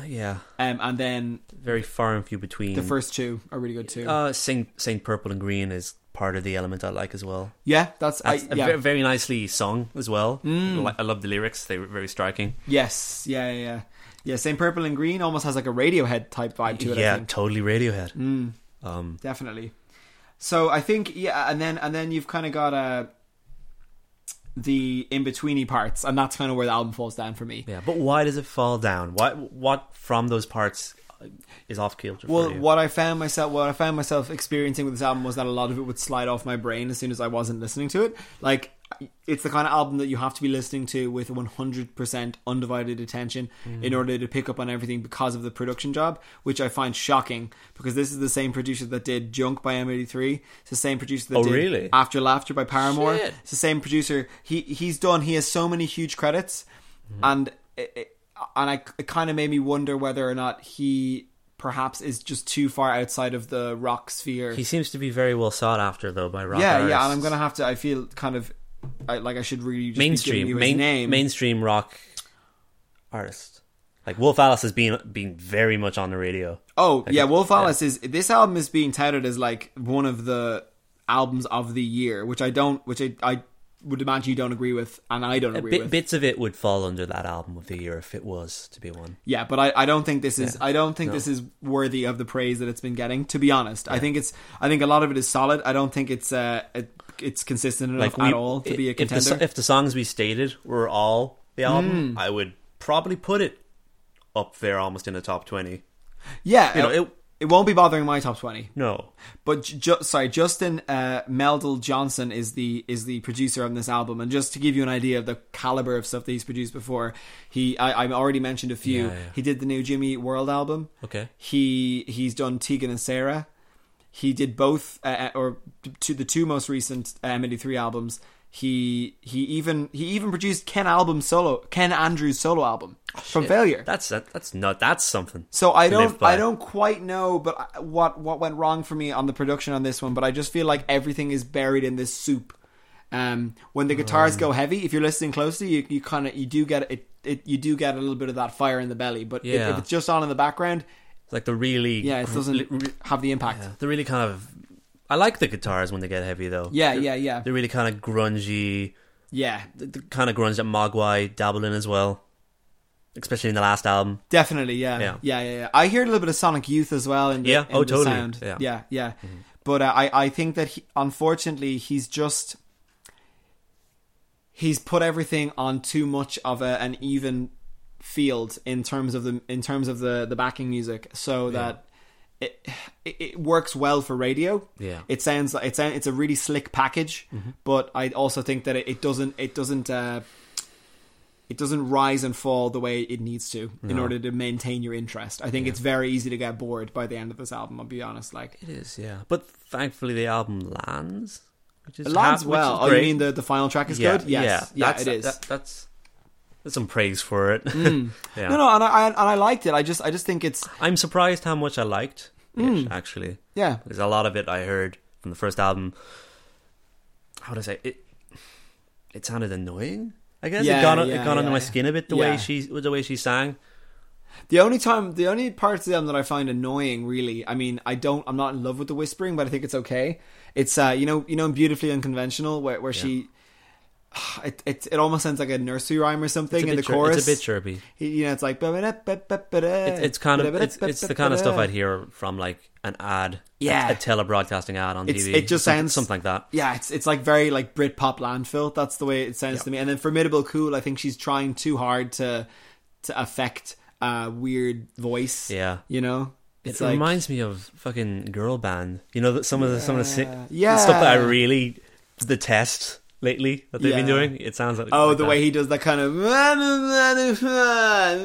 Speaker 5: uh, yeah,
Speaker 4: um, and then
Speaker 5: very far and few between.
Speaker 4: the first two are really good too.
Speaker 5: Mm. uh, Saint Saint Purple and Green is part of the element I like as well.
Speaker 4: yeah, that's,
Speaker 5: That's
Speaker 4: I,
Speaker 5: a
Speaker 4: yeah. Mm.
Speaker 5: ve- very nicely sung as well. Li- I love the lyrics; they were very striking.
Speaker 4: yes, yeah, yeah, yeah. Yeah, same purple and green almost has like a Radiohead type vibe to it. I
Speaker 5: yeah,
Speaker 4: think. Mm.
Speaker 5: totally Radiohead. Um,
Speaker 4: definitely. So I think yeah, and then and then you've kind of got uh, the in betweeny parts, and that's kind of where the album falls down for me.
Speaker 5: Yeah, but why does it fall down? Why? What from those parts is off kilter?
Speaker 4: Well,
Speaker 5: for you?
Speaker 4: what I found myself what I found myself experiencing with this album was that a lot of it would slide off my brain as soon as I wasn't listening to it. Like it's the kind of album that you have to be listening to with 100% undivided attention
Speaker 5: Mm.
Speaker 4: in order to pick up on everything because of the production job, which I find shocking because this is the same producer that did Junk by M83. It's the same producer that
Speaker 5: Oh,
Speaker 4: did
Speaker 5: really?
Speaker 4: After Laughter by Paramore.
Speaker 5: Shit.
Speaker 4: It's the same producer. He he's done he has so many huge credits
Speaker 5: Mm-hmm.
Speaker 4: and it, it, and I it kind of made me wonder whether or not he perhaps is just too far outside of the rock sphere.
Speaker 5: he seems to be very well sought after though by rock.
Speaker 4: yeah, yeah,
Speaker 5: artists.
Speaker 4: and I'm gonna have to. I feel kind of I, like I should really just be giving you his
Speaker 5: mainstream main,
Speaker 4: name.
Speaker 5: mainstream rock artist. Like Wolf Alice has been being very much on the radio.
Speaker 4: Oh yeah,
Speaker 5: think-
Speaker 4: Wolf Alice is this album is being touted as like one of the albums of the year, which I don't, which I, I would imagine you don't agree with, and I don't agree
Speaker 5: Bit,
Speaker 4: with.
Speaker 5: bits of it would fall under that album of the year if it was to be one.
Speaker 4: Yeah, but I, I don't think this is I don't think this is worthy of the praise that it's been getting. To be honest, I think it's I think a lot of it is solid. I don't think it's uh it, it's consistent enough
Speaker 5: Like we,
Speaker 4: at all to be a
Speaker 5: if the,
Speaker 4: contender. Hmm.
Speaker 5: so- if the songs we stated were all the album, I would probably put it up there almost in the top twenty.
Speaker 4: yeah,
Speaker 5: You know,
Speaker 4: it,
Speaker 5: it,
Speaker 4: it won't be bothering my top twenty.
Speaker 5: no,
Speaker 4: But ju- ju- sorry, Justin uh, Meldal Johnson is the is the producer on this album, and just to give you an idea of the caliber of stuff that he's produced before, he I, I've already mentioned a few.
Speaker 5: Yeah, yeah.
Speaker 4: He did the new Jimmy Eat World album.
Speaker 5: Okay.
Speaker 4: He he's done Tegan and Sarah. He did both, uh, uh, or to the two most recent uh, three albums. He he even he even produced Ken album solo Ken Andrews solo album from Failure.
Speaker 5: That's that, that's not that's something.
Speaker 4: So I
Speaker 5: to live
Speaker 4: don't
Speaker 5: by.
Speaker 4: I don't quite know, but I- what what went wrong for me on the production on this one? But I just feel like everything is buried in this soup. Um, when the guitars go heavy, if you're listening closely, you, you kind of you do get it, it you do get a little bit of that fire in the belly. But if- if,
Speaker 5: Yeah.
Speaker 4: it's just on in the background,
Speaker 5: It's like the really
Speaker 4: yeah, it doesn't have the impact.
Speaker 5: the really kind of. I like the guitars when they get heavy though.
Speaker 4: Yeah,
Speaker 5: They're-
Speaker 4: yeah, yeah.
Speaker 5: They're really kind of grungy,
Speaker 4: Yeah,
Speaker 5: the, the kind of grunge that Mogwai dabble in as well, especially in the last album.
Speaker 4: definitely. Yeah. yeah,
Speaker 5: Yeah.
Speaker 4: yeah, yeah, I hear a little bit of Sonic Youth as well. In the,
Speaker 5: Yeah,
Speaker 4: in
Speaker 5: oh,
Speaker 4: the
Speaker 5: totally.
Speaker 4: Sound. Yeah,
Speaker 5: Yeah. Mm-hmm.
Speaker 4: yeah. But uh, I I think that he, unfortunately he's just. he's put everything on too much of a, an even field in terms of the in terms of the the backing music so that it, it it works well for radio
Speaker 5: Yeah. Mm-hmm.
Speaker 4: it sounds like it's a, it's a really slick package but i also think that it, it doesn't it doesn't uh it doesn't rise and fall the way it needs to in order to maintain your interest. I think it's very easy to get bored by the end of this album. I'll be honest. Like
Speaker 5: It is, yeah. But thankfully, the album lands, which is
Speaker 4: it lands
Speaker 5: ha- which
Speaker 4: well.
Speaker 5: is
Speaker 4: Oh, you
Speaker 5: great.
Speaker 4: mean the, the final track is good? Yes. Yeah,
Speaker 5: that's,
Speaker 4: it is.
Speaker 5: that- that's some praise for it. yeah.
Speaker 4: No, no, and I, I and I liked it. I just I just think it's
Speaker 5: I'm surprised how much I liked it,
Speaker 4: Mm.
Speaker 5: actually.
Speaker 4: yeah.
Speaker 5: There's a lot of it I heard from the first album. How would I say it? It sounded annoying. I guess
Speaker 4: Yeah,
Speaker 5: it got
Speaker 4: yeah,
Speaker 5: it got under
Speaker 4: yeah.
Speaker 5: my skin a bit the
Speaker 4: Yeah.
Speaker 5: way she the way she sang.
Speaker 4: The only time, the only parts of them that I find annoying, really. I mean, I don't, I'm not in love with the whispering, but I think it's okay. It's uh, you know, you know, in beautifully unconventional, where where she, it, it it almost sounds like a nursery rhyme or something
Speaker 5: It's a
Speaker 4: in the
Speaker 5: bit chir-
Speaker 4: chorus.
Speaker 5: It's a bit chirpy.
Speaker 4: He- you know, it's like it's,
Speaker 5: It's, it's kind of it's, it's the kind of stuff I'd hear from like an ad,
Speaker 4: uh, Yeah.
Speaker 5: a, a telebroadcasting ad on
Speaker 4: It's-
Speaker 5: TV.
Speaker 4: it just
Speaker 5: something-
Speaker 4: sounds-
Speaker 5: something like that.
Speaker 4: Yeah, it's it's like very like Britpop landfill. That's the way it sounds to me. And then formidable cool. I think she's trying too hard to to affect a weird voice.
Speaker 5: Yeah.
Speaker 4: you know,
Speaker 5: It reminds me of fucking girl band. You know that some of the some of the, si-
Speaker 4: Yeah.
Speaker 5: the stuff that I really detest lately that they've been
Speaker 4: Yeah.
Speaker 5: doing. It sounds like
Speaker 4: Oh,
Speaker 5: like
Speaker 4: the
Speaker 5: that.
Speaker 4: way he does that kind of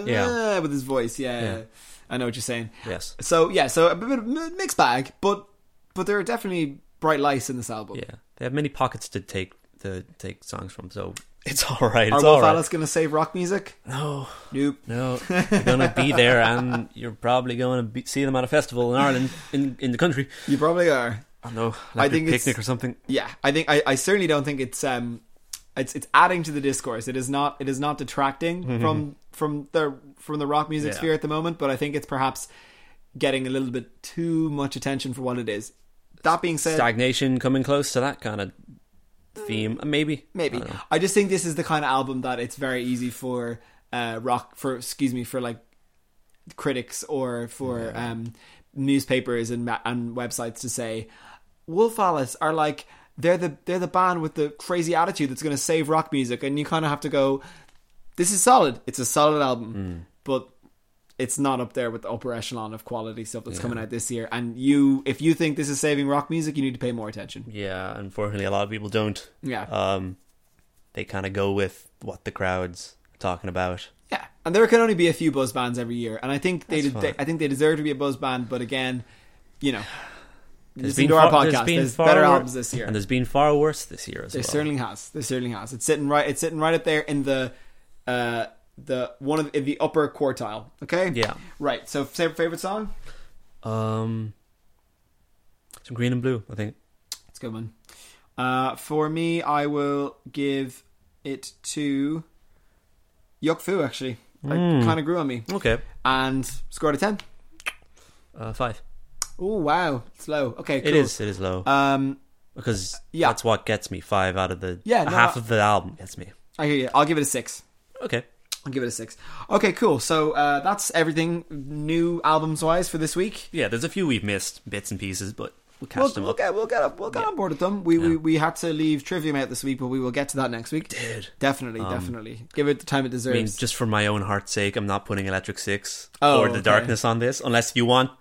Speaker 4: yeah
Speaker 5: Yeah.
Speaker 4: with his voice. Yeah,
Speaker 5: Yeah.
Speaker 4: I know what you're saying.
Speaker 5: yes
Speaker 4: So yeah, so a bit of a mixed bag, but but there are definitely bright lights in this album.
Speaker 5: yeah they have many pockets to take to take songs from. So it's all right.
Speaker 4: Are
Speaker 5: It's all
Speaker 4: Wolf
Speaker 5: right.
Speaker 4: Alice going to save rock music?
Speaker 5: No,
Speaker 4: Nope.
Speaker 5: no, you're gonna be there, and you're probably gonna be, see them at a festival in Ireland in in the country.
Speaker 4: You probably are.
Speaker 5: I don't know,
Speaker 4: I
Speaker 5: like a
Speaker 4: think it's-
Speaker 5: picnic or something.
Speaker 4: Yeah, I think I, I certainly don't think it's um it's it's adding to the discourse. It is not it is not detracting from from the from the rock music
Speaker 5: Mm-hmm. Yeah.
Speaker 4: sphere at the moment, but I think it's perhaps getting a little bit too much attention for what it is. That being said, Mm.
Speaker 5: Stagnation coming close to that kind of theme, Uh, maybe,
Speaker 4: maybe
Speaker 5: I don't know.
Speaker 4: I, just think this is the kind of album that it's very easy for uh rock for excuse me for like critics or for um newspapers and ma- and websites to say wolf alice are like they're the they're the band with the crazy attitude that's going to save rock music and you kind of have to go this is solid it's a solid
Speaker 5: Hmm.
Speaker 4: album but it's not up there with the upper echelon of quality stuff that's coming out this year and you if you think this is saving rock music you need to pay more attention
Speaker 5: Yeah, unfortunately, a lot of people don't.
Speaker 4: Yeah.
Speaker 5: Um, they kind of go with what the crowds are talking about.
Speaker 4: Yeah, and there can only be a few buzz bands every year, and I think they,
Speaker 5: That's
Speaker 4: they
Speaker 5: fine.
Speaker 4: I think they deserve to be a buzz band. But again, you know,
Speaker 5: There's
Speaker 4: listen to our
Speaker 5: far-
Speaker 4: podcast. There's,
Speaker 5: far
Speaker 4: better
Speaker 5: wor-
Speaker 4: albums this year.
Speaker 5: and there's been far worse this year as
Speaker 4: there
Speaker 5: well.
Speaker 4: certainly has. There certainly has. It's sitting right. It's sitting right up there in the uh the one of the, in the upper quartile. Okay.
Speaker 5: Yeah.
Speaker 4: Right. So fa- favorite song.
Speaker 5: um, some green and blue, I think.
Speaker 4: It's a good one. Uh, for me, I will give it to Yuk Fu. Actually,
Speaker 5: Hmm.
Speaker 4: it kind of grew on me
Speaker 5: Okay,
Speaker 4: and scored a ten.
Speaker 5: uh, five.
Speaker 4: Oh wow, slow. Okay, cool.
Speaker 5: It is. It is low
Speaker 4: Um,
Speaker 5: because
Speaker 4: yeah.
Speaker 5: that's what gets me. Five out of the
Speaker 4: Yeah, no,
Speaker 5: half
Speaker 4: I-
Speaker 5: of the album gets me.
Speaker 4: I hear you. I'll give it a six.
Speaker 5: Okay,
Speaker 4: I'll give it a six. Okay, cool. So uh, that's everything new albums wise for this week.
Speaker 5: yeah. There's a few we've missed bits and pieces, but we'll catch
Speaker 4: We'll,
Speaker 5: them
Speaker 4: we'll
Speaker 5: up.
Speaker 4: get we'll get up, we'll get on board with them. We, we we had to leave Trivium out this week, but we will get to that next week.
Speaker 5: Dude.
Speaker 4: Definitely, definitely. Give it the time it
Speaker 5: Um, I
Speaker 4: deserves.
Speaker 5: mean, just for my own heart's sake, I'm not putting Electric Six
Speaker 4: Oh,
Speaker 5: or The
Speaker 4: okay. uh, uh,
Speaker 5: Uh, um,
Speaker 4: Uh-huh.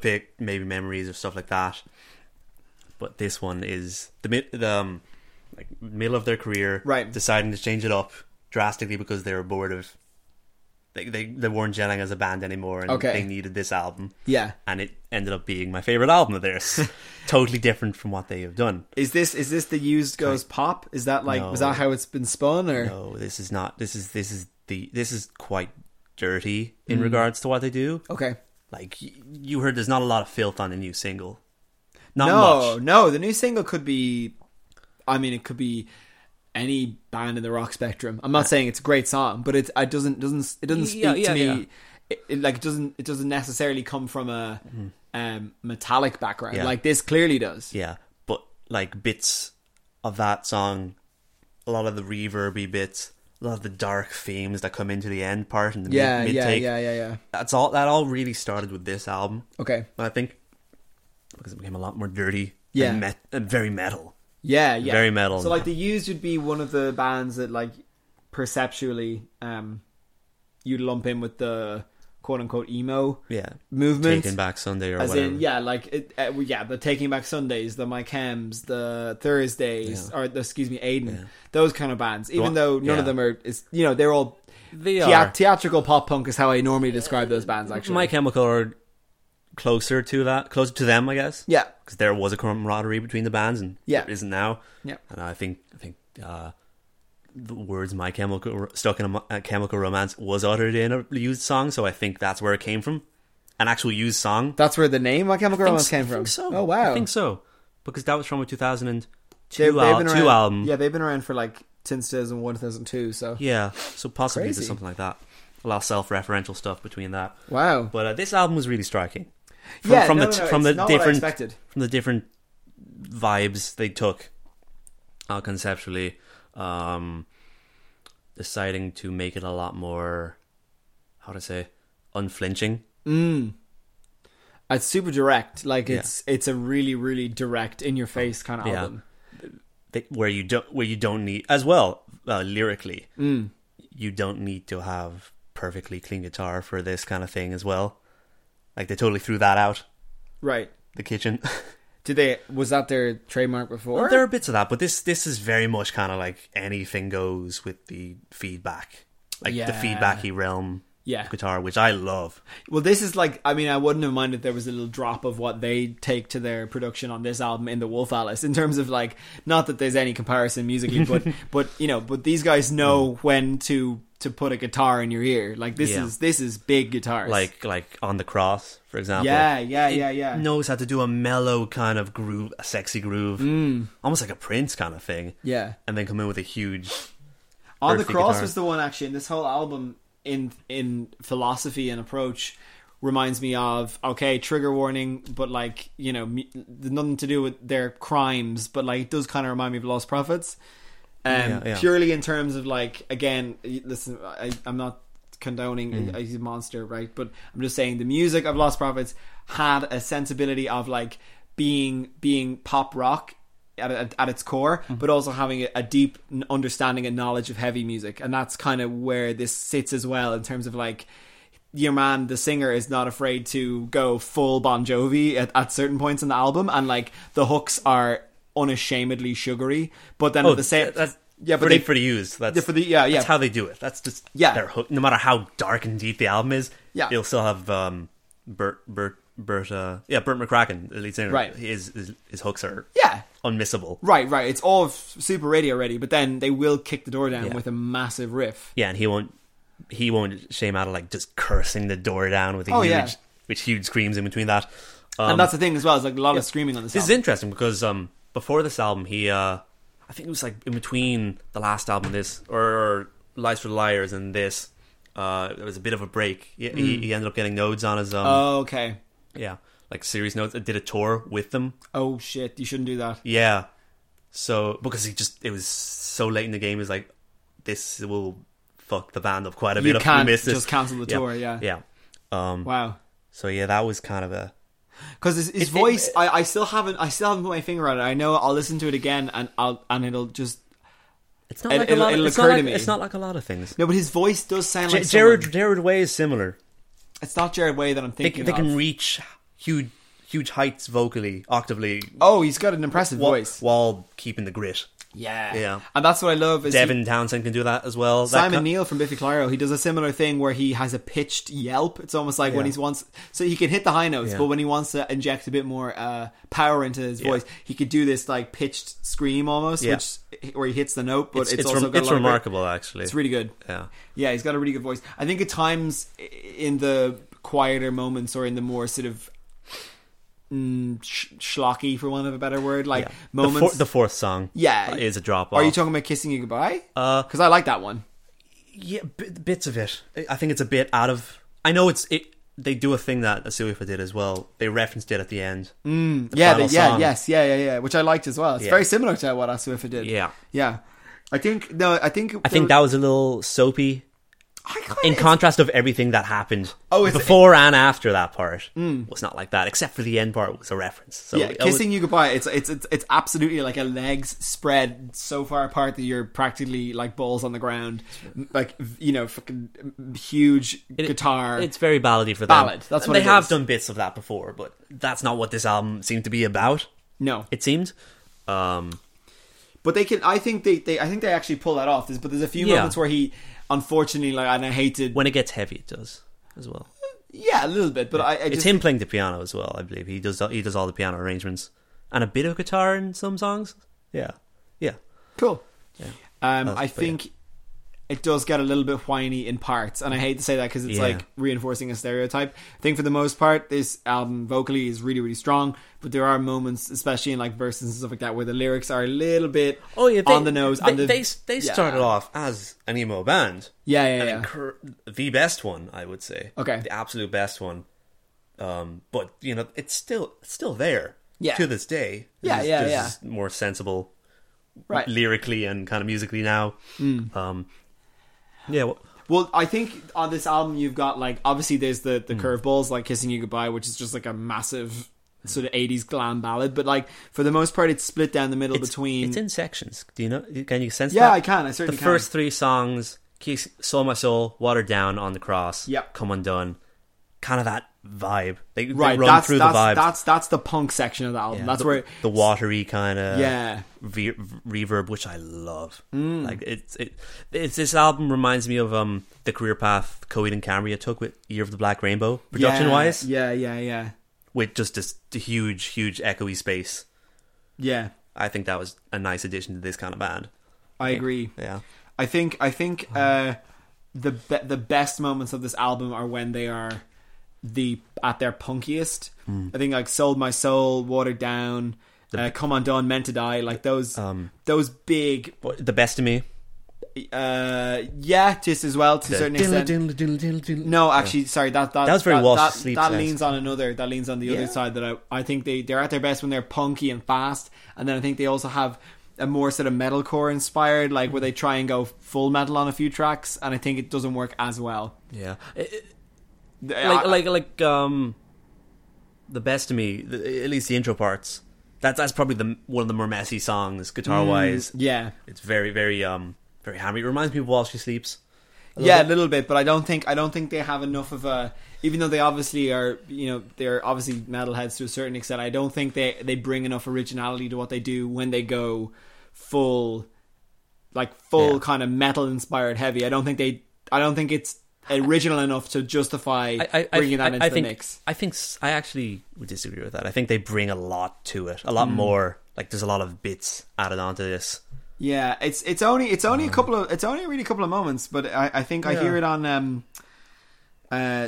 Speaker 4: um,
Speaker 5: um, Mm-hmm. a lot of the dark themes that come into the end part and the
Speaker 4: Yeah,
Speaker 5: mid
Speaker 4: yeah,
Speaker 5: take.
Speaker 4: yeah, yeah, yeah.
Speaker 5: That's all. That all really started with this album.
Speaker 4: Okay.
Speaker 5: And I think because it became a lot more dirty.
Speaker 4: Yeah.
Speaker 5: and, met- and very metal.
Speaker 4: Yeah, yeah.
Speaker 5: Very metal.
Speaker 4: So like the used would be one of the bands that like perceptually um you'd lump in with the quote unquote emo
Speaker 5: Yeah,
Speaker 4: movement.
Speaker 5: Taking Back Sunday or
Speaker 4: As
Speaker 5: whatever.
Speaker 4: in, yeah, like it, uh, well, yeah, the Taking Back Sundays, the My Chems, the Thursdays,
Speaker 5: Yeah.
Speaker 4: or the, excuse me, Aiden, those kind of bands. Even
Speaker 5: one-
Speaker 4: though none
Speaker 5: yeah.
Speaker 4: of them are, is you know, they're all
Speaker 5: they
Speaker 4: thea-
Speaker 5: are.
Speaker 4: theatrical pop punk is how I normally describe those bands. Actually,
Speaker 5: My Chemical are closer to that, closer to them, I guess.
Speaker 4: yeah,
Speaker 5: because there was a camaraderie between the bands, and
Speaker 4: Yeah.
Speaker 5: there isn't now.
Speaker 4: Yeah.
Speaker 5: and I think I think uh, the words "My Chemical Ro- Stuck in a, Mo- a Chemical Romance" was uttered in a used song, so I think that's where it came from, an actual used song.
Speaker 4: that's where the name My Chemical
Speaker 5: I think
Speaker 4: Romance
Speaker 5: so-
Speaker 4: came
Speaker 5: I
Speaker 4: from.
Speaker 5: think so.
Speaker 4: Oh wow,
Speaker 5: I think so because that was from a 2002
Speaker 4: They-
Speaker 5: al- two
Speaker 4: around,
Speaker 5: album.
Speaker 4: Yeah, they've been around for like since 2001, 2002. So
Speaker 5: Yeah, so possibly
Speaker 4: Crazy.
Speaker 5: there's something like that. A lot of self-referential stuff between that.
Speaker 4: wow,
Speaker 5: But uh, this album was really striking. From,
Speaker 4: Oh. Yeah,
Speaker 5: from
Speaker 4: no,
Speaker 5: the
Speaker 4: no, no,
Speaker 5: from
Speaker 4: it's
Speaker 5: the
Speaker 4: not what I
Speaker 5: different
Speaker 4: expected.
Speaker 5: from the different vibes they took uh, conceptually, um, deciding to make it a lot more how to say unflinching.
Speaker 4: it's super direct. Like
Speaker 5: Yeah.
Speaker 4: it's it's a really really direct in your face kind of
Speaker 5: Yeah.
Speaker 4: album.
Speaker 5: They, where you don't where you don't need as well uh, lyrically,
Speaker 4: Mm.
Speaker 5: you don't need to have perfectly clean guitar for this kind of thing as well. Like they totally threw that out
Speaker 4: Right?
Speaker 5: the kitchen.
Speaker 4: Did they? Was that their trademark before?
Speaker 5: Well, there are bits of that, but this this is very much kind of like anything goes with the feedback, like the
Speaker 4: Yeah.
Speaker 5: feedbacky realm.
Speaker 4: Yeah.
Speaker 5: of guitar, which I love.
Speaker 4: Well, this is like I mean I wouldn't have minded if there was a little drop of what they take to their production on this album in the Wolf Alice in terms of like not that there's any comparison musically, but but you know but these guys know when to to put a guitar in your ear. Like this
Speaker 5: Yeah.
Speaker 4: is this is big guitars.
Speaker 5: Like like on the cross, for example.
Speaker 4: yeah yeah
Speaker 5: It
Speaker 4: yeah yeah.
Speaker 5: Knows how to do a mellow kind of groove, a sexy groove, almost like a Prince kind of thing.
Speaker 4: Mm. Yeah.
Speaker 5: and then come in with a huge.
Speaker 4: On the
Speaker 5: earthy
Speaker 4: Cross
Speaker 5: guitar.
Speaker 4: was the one actually, and this whole album in in philosophy and approach reminds me of okay, trigger warning, but like you know, me, nothing to do with their crimes, but like it does kind of remind me of Lost Prophets. Um,
Speaker 5: Yeah, yeah.
Speaker 4: purely in terms of like again, y- listen, I, I'm not condoning
Speaker 5: Mm.
Speaker 4: uh, he's a monster, right? But I'm just saying the music of Lost Prophets had a sensibility of like being being pop rock at, at, at its core,
Speaker 5: Mm-hmm.
Speaker 4: but also having a, a deep n- understanding and knowledge of heavy music, and that's kind of where this sits as well in terms of like your man, the singer, is not afraid to go full Bon Jovi at, at certain points in the album, and like the hooks are unashamedly sugary, but then at the same
Speaker 5: Oh, that's
Speaker 4: Oh, yeah, but
Speaker 5: pretty
Speaker 4: they,
Speaker 5: pretty used. That's
Speaker 4: Yeah, for the- yeah, yeah.
Speaker 5: That's how they do it. That's just
Speaker 4: Yeah.
Speaker 5: Their hook. No matter how dark and deep the album is,
Speaker 4: Yeah.
Speaker 5: you'll still have um, Bert Bert Bert. Uh, yeah, Bert McCracken, the lead singer.
Speaker 4: Right.
Speaker 5: His his, his hooks are
Speaker 4: yeah,
Speaker 5: unmissable.
Speaker 4: Right, right. It's all f- super radio ready, but then they will kick the door down with a massive riff.
Speaker 5: Yeah, and he won't he won't shame out of like just cursing the door down with a
Speaker 4: Oh,
Speaker 5: huge
Speaker 4: yeah.
Speaker 5: with huge screams in between that. Um,
Speaker 4: and that's the thing as well. It's like a lot of screaming on this.
Speaker 5: this is
Speaker 4: album.
Speaker 5: interesting because um before this album he uh I think it was like in between the last album this or Lies for Liars and this uh there was a bit of a break. He, he, he ended up getting nodes on his um
Speaker 4: Hmm. Oh, okay.
Speaker 5: yeah like serious notes. I did a tour with them.
Speaker 4: Oh shit! You shouldn't do that.
Speaker 5: Yeah. So because he just it was so late in the game, he's like, this will fuck the band up quite a
Speaker 4: You
Speaker 5: bit. if we
Speaker 4: can't
Speaker 5: miss this.
Speaker 4: just cancel the tour, yeah.
Speaker 5: Yeah. Um.
Speaker 4: Wow.
Speaker 5: So yeah, that was kind of a
Speaker 4: Because his, his voice, I, I still haven't, I still haven't put my finger on it. I know I'll listen to it again, and I'll, and it'll just
Speaker 5: it's not
Speaker 4: It-
Speaker 5: like
Speaker 4: it'll-
Speaker 5: a lot.
Speaker 4: it'll
Speaker 5: it's,
Speaker 4: occur
Speaker 5: not
Speaker 4: to
Speaker 5: like,
Speaker 4: me.
Speaker 5: it's not like a lot of things.
Speaker 4: no. But his voice does sound
Speaker 5: J-
Speaker 4: like
Speaker 5: Jared
Speaker 4: someone-
Speaker 5: Jared Way is similar.
Speaker 4: It's not Jared Way that I'm
Speaker 5: They,
Speaker 4: thinking
Speaker 5: they can
Speaker 4: of.
Speaker 5: reach huge huge heights vocally, octavely,
Speaker 4: oh, he's got an impressive
Speaker 5: while,
Speaker 4: voice.
Speaker 5: while keeping the grit.
Speaker 4: Yeah,
Speaker 5: Yeah.
Speaker 4: And that's what I love is he-
Speaker 5: Devin Townsend can do that as well. That
Speaker 4: Simon
Speaker 5: ki-
Speaker 4: Neil from Biffy Clyro, he does a similar thing where he has a pitched yelp. It's almost like when
Speaker 5: Yeah.
Speaker 4: he wants, so he can hit the high notes,
Speaker 5: Yeah.
Speaker 4: but when he wants to inject a bit more uh, power into his voice, he could do this like pitched scream almost,
Speaker 5: Yeah.
Speaker 4: which where he hits the note, but
Speaker 5: It's,
Speaker 4: it's,
Speaker 5: it's,
Speaker 4: also
Speaker 5: rem-
Speaker 4: got a
Speaker 5: it's
Speaker 4: lot of great-
Speaker 5: remarkable, actually.
Speaker 4: it's really good.
Speaker 5: yeah.
Speaker 4: Yeah, he's got a really good voice. I think at times i- in the quieter moments or in the more sort of mm, sh- schlocky, for want of a better word, like
Speaker 5: yeah. The,
Speaker 4: moments.
Speaker 5: four- the fourth song,
Speaker 4: Yeah.
Speaker 5: is a drop.
Speaker 4: Are you
Speaker 5: off.
Speaker 4: talking about kissing you goodbye?
Speaker 5: Uh,
Speaker 4: Because I like that one.
Speaker 5: Yeah, b- bits of it. I- I think it's a bit out of. I know it's it. They do a thing that Asuifa did as well. They referenced it at the end. Mm,
Speaker 4: Mm-hmm. yeah, the, yeah, yes, yeah, yeah, yeah, which I liked as well. It's
Speaker 5: Yeah.
Speaker 4: very similar to what Asuifa did.
Speaker 5: Yeah.
Speaker 4: yeah.
Speaker 6: I think no. I think
Speaker 5: I think that was a little soapy
Speaker 6: I kinda-
Speaker 5: in contrast of everything that happened
Speaker 6: Oh, it's-
Speaker 5: before and after that part was not like that, except for the end part was a reference. So
Speaker 4: Mm. yeah,
Speaker 5: it was-
Speaker 4: kissing you goodbye. It's, it's it's it's absolutely like a legs spread so far apart that you're practically like balls on the ground, like you know, fucking huge
Speaker 5: it-
Speaker 4: guitar.
Speaker 5: It's very ballady for them.
Speaker 4: Ballad, that's
Speaker 5: And
Speaker 4: what
Speaker 5: they
Speaker 4: it
Speaker 5: have
Speaker 4: is.
Speaker 5: done bits of that before, but that's not what this album seemed to be about.
Speaker 4: no,
Speaker 5: It seemed. Um,
Speaker 4: But they can. I think they, they. I think they actually pull that off. There's, but there's a few
Speaker 5: Yeah.
Speaker 4: moments where he, unfortunately, like and I hated.
Speaker 5: when it gets heavy, it does as well.
Speaker 4: yeah, a little bit. But I, I
Speaker 5: it's
Speaker 4: just,
Speaker 5: him playing the piano as well. I believe he does. He does all the piano arrangements and a bit of guitar in some songs. Yeah, yeah.
Speaker 4: Cool. Um, I
Speaker 5: but yeah.
Speaker 4: think it does get a little bit whiny in parts, and I hate to say that because it's
Speaker 5: Yeah.
Speaker 4: like reinforcing a stereotype. I think for the most part, this album vocally is really, really strong. But there are moments, especially in like verses and stuff like that, where the lyrics are a little bit
Speaker 5: Oh yeah, they,
Speaker 4: on the nose.
Speaker 5: They
Speaker 4: and the,
Speaker 5: they, they
Speaker 4: yeah.
Speaker 5: started off as an emo band.
Speaker 4: Yeah, yeah,
Speaker 5: And
Speaker 4: yeah.
Speaker 5: incur- the best one, I would say.
Speaker 4: Okay.
Speaker 5: the absolute best one. Um, but you know, it's still it's still there.
Speaker 4: Yeah.
Speaker 5: to this day.
Speaker 4: Yeah,
Speaker 5: This is-
Speaker 4: yeah,
Speaker 5: this
Speaker 4: yeah.
Speaker 5: is more sensible,
Speaker 4: Right. Hmm.
Speaker 5: Lyrically and kind of musically now. Um, yeah. Well,
Speaker 4: Well, I think on this album you've got like obviously there's the
Speaker 5: Hmm.
Speaker 4: the curveballs like "Kissing You Goodbye," which is just like a massive sort of '80s glam ballad. But like for the most part, it's split down the middle
Speaker 5: it's,
Speaker 4: between.
Speaker 5: it's in sections. Do you know? Can you sense?
Speaker 4: yeah,
Speaker 5: that?
Speaker 4: I can. I certainly
Speaker 5: the first three songs Kiss, Soul My Soul, Watered Down, On the Cross,
Speaker 4: Yep.
Speaker 5: Come Undone, kind of that vibe. They, they
Speaker 4: can. right.
Speaker 5: run
Speaker 4: that's
Speaker 5: through
Speaker 4: that's,
Speaker 5: the vibes.
Speaker 4: that's that's the punk section of the album.
Speaker 5: Yeah,
Speaker 4: that's
Speaker 5: the,
Speaker 4: where
Speaker 5: the uh, watery kind of
Speaker 4: Yeah.
Speaker 5: ve- reverb, which I love.
Speaker 4: Mm.
Speaker 5: Like it's it, it's this album reminds me of um the career path Coed and Cambria took with Year of the Black Rainbow production
Speaker 4: yeah,
Speaker 5: wise,
Speaker 4: Yeah, yeah, yeah,
Speaker 5: with just this huge huge echoey space.
Speaker 4: yeah.
Speaker 5: I think that was a nice addition to this kind of band.
Speaker 4: I agree.
Speaker 5: Yeah. Uh-huh.
Speaker 4: I think I think uh, the be- the best moments of this album are when they are the at their punkiest.
Speaker 5: Hmm.
Speaker 4: I think like "Sold My Soul," "Watered Down," uh, "Come On Dawn," "Meant to Die." Like those
Speaker 5: Um.
Speaker 4: those big,
Speaker 5: But the best of me.
Speaker 4: uh, yeah, just as well to a certain extent. No, actually, sorry. That that,
Speaker 5: That was very
Speaker 4: that,
Speaker 5: Walsh
Speaker 4: that,
Speaker 5: Sleep
Speaker 4: that
Speaker 5: Sounds.
Speaker 4: leans on another. That leans on the
Speaker 5: Yeah.
Speaker 4: other side. That I, I think they they're at their best when they're punky and fast, and then I think they also have a more sort of metalcore inspired, like where they try and go full metal on a few tracks, and I think it doesn't work as well.
Speaker 5: Yeah. It- it-
Speaker 4: I-
Speaker 5: like like like um the best of me the, at least the intro parts that's that's probably the one of the more messy songs guitar wise
Speaker 4: Mm. yeah,
Speaker 5: it's very very um very hammy it reminds me of while she sleeps
Speaker 4: yeah, a little bit, but I don't think I don't think they have enough of a. Even though they obviously are, you know, they're obviously metalheads to a certain extent. I don't think they they bring enough originality to what they do when they go full, like full
Speaker 5: Yeah.
Speaker 4: kind of metal inspired heavy. I don't think they. I don't think it's original enough to justify bringing that into the
Speaker 5: think,
Speaker 4: mix.
Speaker 5: I think s- I actually would disagree with that I think they bring a lot to it a lot
Speaker 4: Mm.
Speaker 5: more like there's a lot of bits added onto this
Speaker 4: Yeah, it's it's only it's only a couple of it's only really a couple of moments, but I, I think I
Speaker 5: Um, Yeah.
Speaker 4: hear it on um uh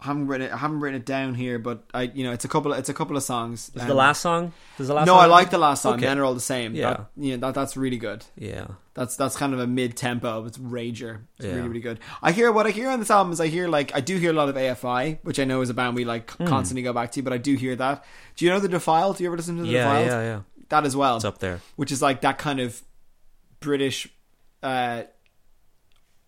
Speaker 4: I haven't written it, I haven't written it down here, but I you know it's a couple of, it's a couple of songs.
Speaker 5: is
Speaker 4: um,
Speaker 5: the last song is the last
Speaker 4: No,
Speaker 5: song
Speaker 4: I like the last song.
Speaker 5: Okay.
Speaker 4: Men are all the same.
Speaker 5: Yeah.
Speaker 4: that, you know, that that's really good.
Speaker 5: yeah
Speaker 4: That's that's kind of a mid tempo. It's rager. It's
Speaker 5: Yeah.
Speaker 4: really really good. I hear what I hear on this album is I hear like I do hear a lot of AFI, which I know is a band we like
Speaker 5: Hmm.
Speaker 4: constantly go back to, but I do hear that. Do you know the Defiled? Do you ever listen to the
Speaker 5: yeah
Speaker 4: Defiled?
Speaker 5: yeah yeah
Speaker 4: That as well
Speaker 5: it's up there
Speaker 4: which is like that kind of British uh,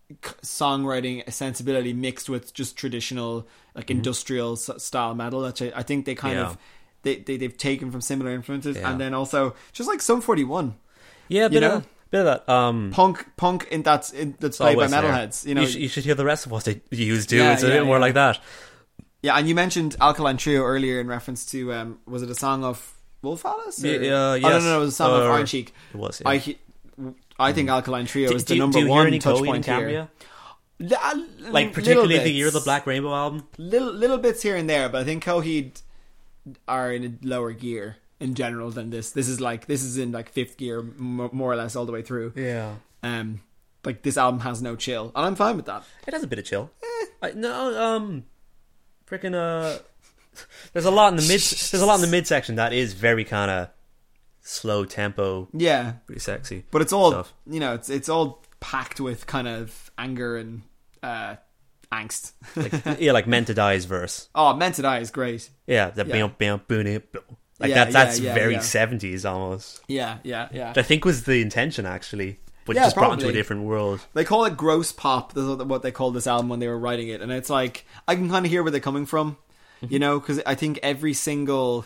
Speaker 4: c- songwriting sensibility mixed with just traditional like industrial s- style metal. Which I, I think they kind
Speaker 5: Mm-hmm. Yeah.
Speaker 4: of they, they they've taken from similar influences,
Speaker 5: Yeah.
Speaker 4: and then also just like Sum Forty One
Speaker 5: yeah a bit,
Speaker 4: know?
Speaker 5: of, bit of that um
Speaker 4: punk punk in that's in, that's
Speaker 5: It's
Speaker 4: played by
Speaker 5: always there.
Speaker 4: metalheads. You know,
Speaker 5: sh- you should hear the rest of what they use too.
Speaker 4: Yeah,
Speaker 5: it's a
Speaker 4: yeah,
Speaker 5: bit more
Speaker 4: yeah.
Speaker 5: like that.
Speaker 4: yeah. And you mentioned Alkaline Trio earlier in reference to um, was it a song of Wolf Alice?
Speaker 5: Y-
Speaker 4: or-
Speaker 5: yeah,
Speaker 4: oh, no,
Speaker 5: yes.
Speaker 4: no, no, it was a song of
Speaker 5: Or-
Speaker 4: Iron Cheek.
Speaker 5: It was. Mm.
Speaker 4: I he- I think Alkaline Trio is the
Speaker 5: you-
Speaker 4: number
Speaker 5: you hear
Speaker 4: one
Speaker 5: any
Speaker 4: touch
Speaker 5: Coheed and
Speaker 4: point here.
Speaker 5: Cambria?
Speaker 4: Li- a l-
Speaker 5: Like
Speaker 4: little
Speaker 5: particularly the
Speaker 4: bits.
Speaker 5: year of the Black Rainbow album.
Speaker 4: little little bits here and there, but I think Coheed are in a lower gear in general than this. This is like this is in like fifth gear, mo- more or less all the way through.
Speaker 5: Yeah,
Speaker 4: Um, like this album has no chill, and I'm fine with that.
Speaker 5: it has a bit of chill. I, no, um, freaking uh, there's a lot in the mid. There's a lot in the mid section that is very kind of slow tempo,
Speaker 4: Yeah,
Speaker 5: pretty sexy.
Speaker 4: but it's all
Speaker 5: Stuff.
Speaker 4: you know. It's it's all packed with kind of anger and uh, angst.
Speaker 5: Like, yeah, like meant to die's verse.
Speaker 4: oh, Meant to Die is great.
Speaker 5: Yeah, that
Speaker 4: Yeah.
Speaker 5: bam bam boom it, boom. Like
Speaker 4: Yeah,
Speaker 5: that. That's
Speaker 4: yeah, yeah,
Speaker 5: very
Speaker 4: yeah.
Speaker 5: seventies almost.
Speaker 4: Yeah, yeah, yeah.
Speaker 5: I think was the intention actually. but
Speaker 4: Yeah,
Speaker 5: just brought into a
Speaker 4: probably.
Speaker 5: different world.
Speaker 4: They call it gross pop. That's what- what they called this album when they were writing it, and it's like I can kind of hear where they're coming from, you know, because I think every single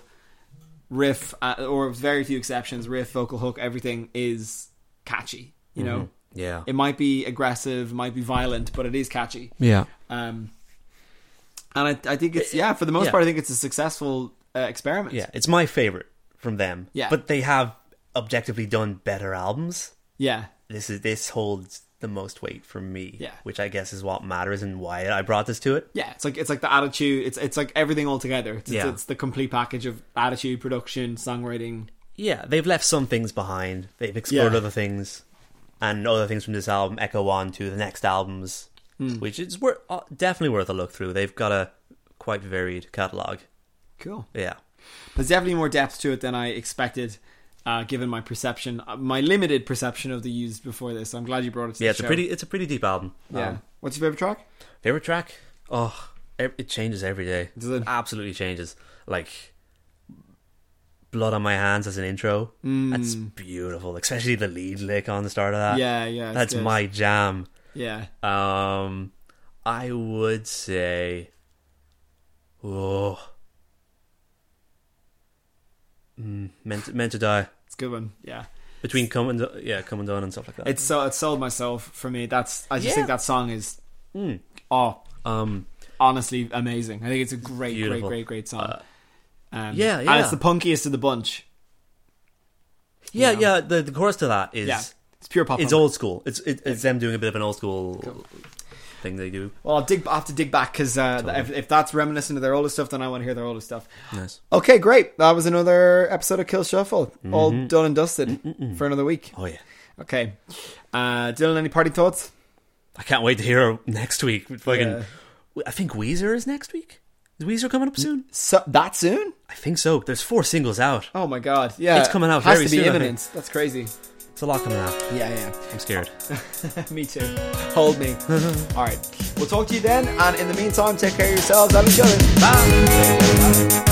Speaker 4: riff, uh, or very few exceptions, riff, vocal hook, everything is catchy. You know,
Speaker 5: Yeah,
Speaker 4: it might be aggressive, might be violent, but it is catchy.
Speaker 5: yeah,
Speaker 4: Um, and I, I think it's yeah, for the most
Speaker 5: yeah.
Speaker 4: part, I think it's a successful uh, experiment.
Speaker 5: yeah. It's my favorite from them.
Speaker 4: Yeah.
Speaker 5: but they have objectively done better albums.
Speaker 4: yeah,
Speaker 5: This is this holds the most weight for me.
Speaker 4: Yeah.
Speaker 5: which I guess is what matters and why I brought this to it.
Speaker 4: Yeah, it's like it's like the attitude. It's it's like everything all together. It's, it's,
Speaker 5: Yeah.
Speaker 4: it's the complete package of attitude, production, songwriting.
Speaker 5: yeah, they've left some things behind. They've explored
Speaker 4: Yeah.
Speaker 5: other things, and other things from this album echo on to the next albums,
Speaker 4: Hmm.
Speaker 5: which is worth uh, definitely worth a look through. They've got a quite varied catalog.
Speaker 4: Cool.
Speaker 5: Yeah,
Speaker 4: There's definitely more depth to it than I expected, uh, given my perception, uh, my limited perception of the used before this. I'm glad you brought it. to
Speaker 5: yeah,
Speaker 4: the
Speaker 5: it's a
Speaker 4: show.
Speaker 5: pretty it's a pretty deep album.
Speaker 4: Yeah.
Speaker 5: Um,
Speaker 4: What's your favorite track?
Speaker 5: favorite track? Oh, ev- it changes every day.
Speaker 4: Does it?
Speaker 5: Absolutely changes. Like. Blood on my hands as an intro.
Speaker 4: Mm.
Speaker 5: That's beautiful, especially the lead lick on the start of that.
Speaker 4: yeah, yeah. it's
Speaker 5: uh, that's
Speaker 4: good.
Speaker 5: my jam.
Speaker 4: Yeah.
Speaker 5: Um, I would say, oh, mm, meant meant to die
Speaker 4: It's a good one. Yeah.
Speaker 5: between come and yeah, come and done and stuff like that.
Speaker 4: It's so it sold myself for me. That's I just
Speaker 5: Uh, Yeah. Hmm.
Speaker 4: think that song is oh
Speaker 5: um,
Speaker 4: honestly amazing. I think it's a great,
Speaker 5: Beautiful. Uh,
Speaker 4: great, great, great song. um,
Speaker 5: yeah,
Speaker 4: And
Speaker 5: yeah.
Speaker 4: it's the punkiest of the bunch.
Speaker 5: yeah, yeah. The the chorus to that is
Speaker 4: Yeah. It's pure pop.
Speaker 5: it's
Speaker 4: punk.
Speaker 5: old school. It's it, it's them doing a bit of an old school thing they do.
Speaker 4: Well, I'll dig. I have to dig back because uh, if, if that's reminiscent of their older stuff, then I want to hear their older stuff.
Speaker 5: Nice.
Speaker 4: Okay, great. That was another episode of Kill Shuffle,
Speaker 5: Mm-hmm.
Speaker 4: all done and dusted for another week.
Speaker 5: Oh yeah,
Speaker 4: Okay, uh, Dylan, any party thoughts?
Speaker 5: I can't wait to hear next week. Fucking,
Speaker 4: Yeah.
Speaker 5: I think Weezer is next week. Is Weezer coming up soon?
Speaker 4: So, that soon?
Speaker 5: I think so. There's four singles out.
Speaker 4: Oh my god! Yeah,
Speaker 5: It's coming out
Speaker 4: Has
Speaker 5: very
Speaker 4: to be
Speaker 5: soon, I think.
Speaker 4: imminent. That's crazy.
Speaker 5: It's a lot coming out.
Speaker 4: Yeah,
Speaker 5: I'm scared.
Speaker 4: yeah. me too. Hold me. all right. We'll talk to you then, and in the meantime, take care of yourselves and each other. Bye.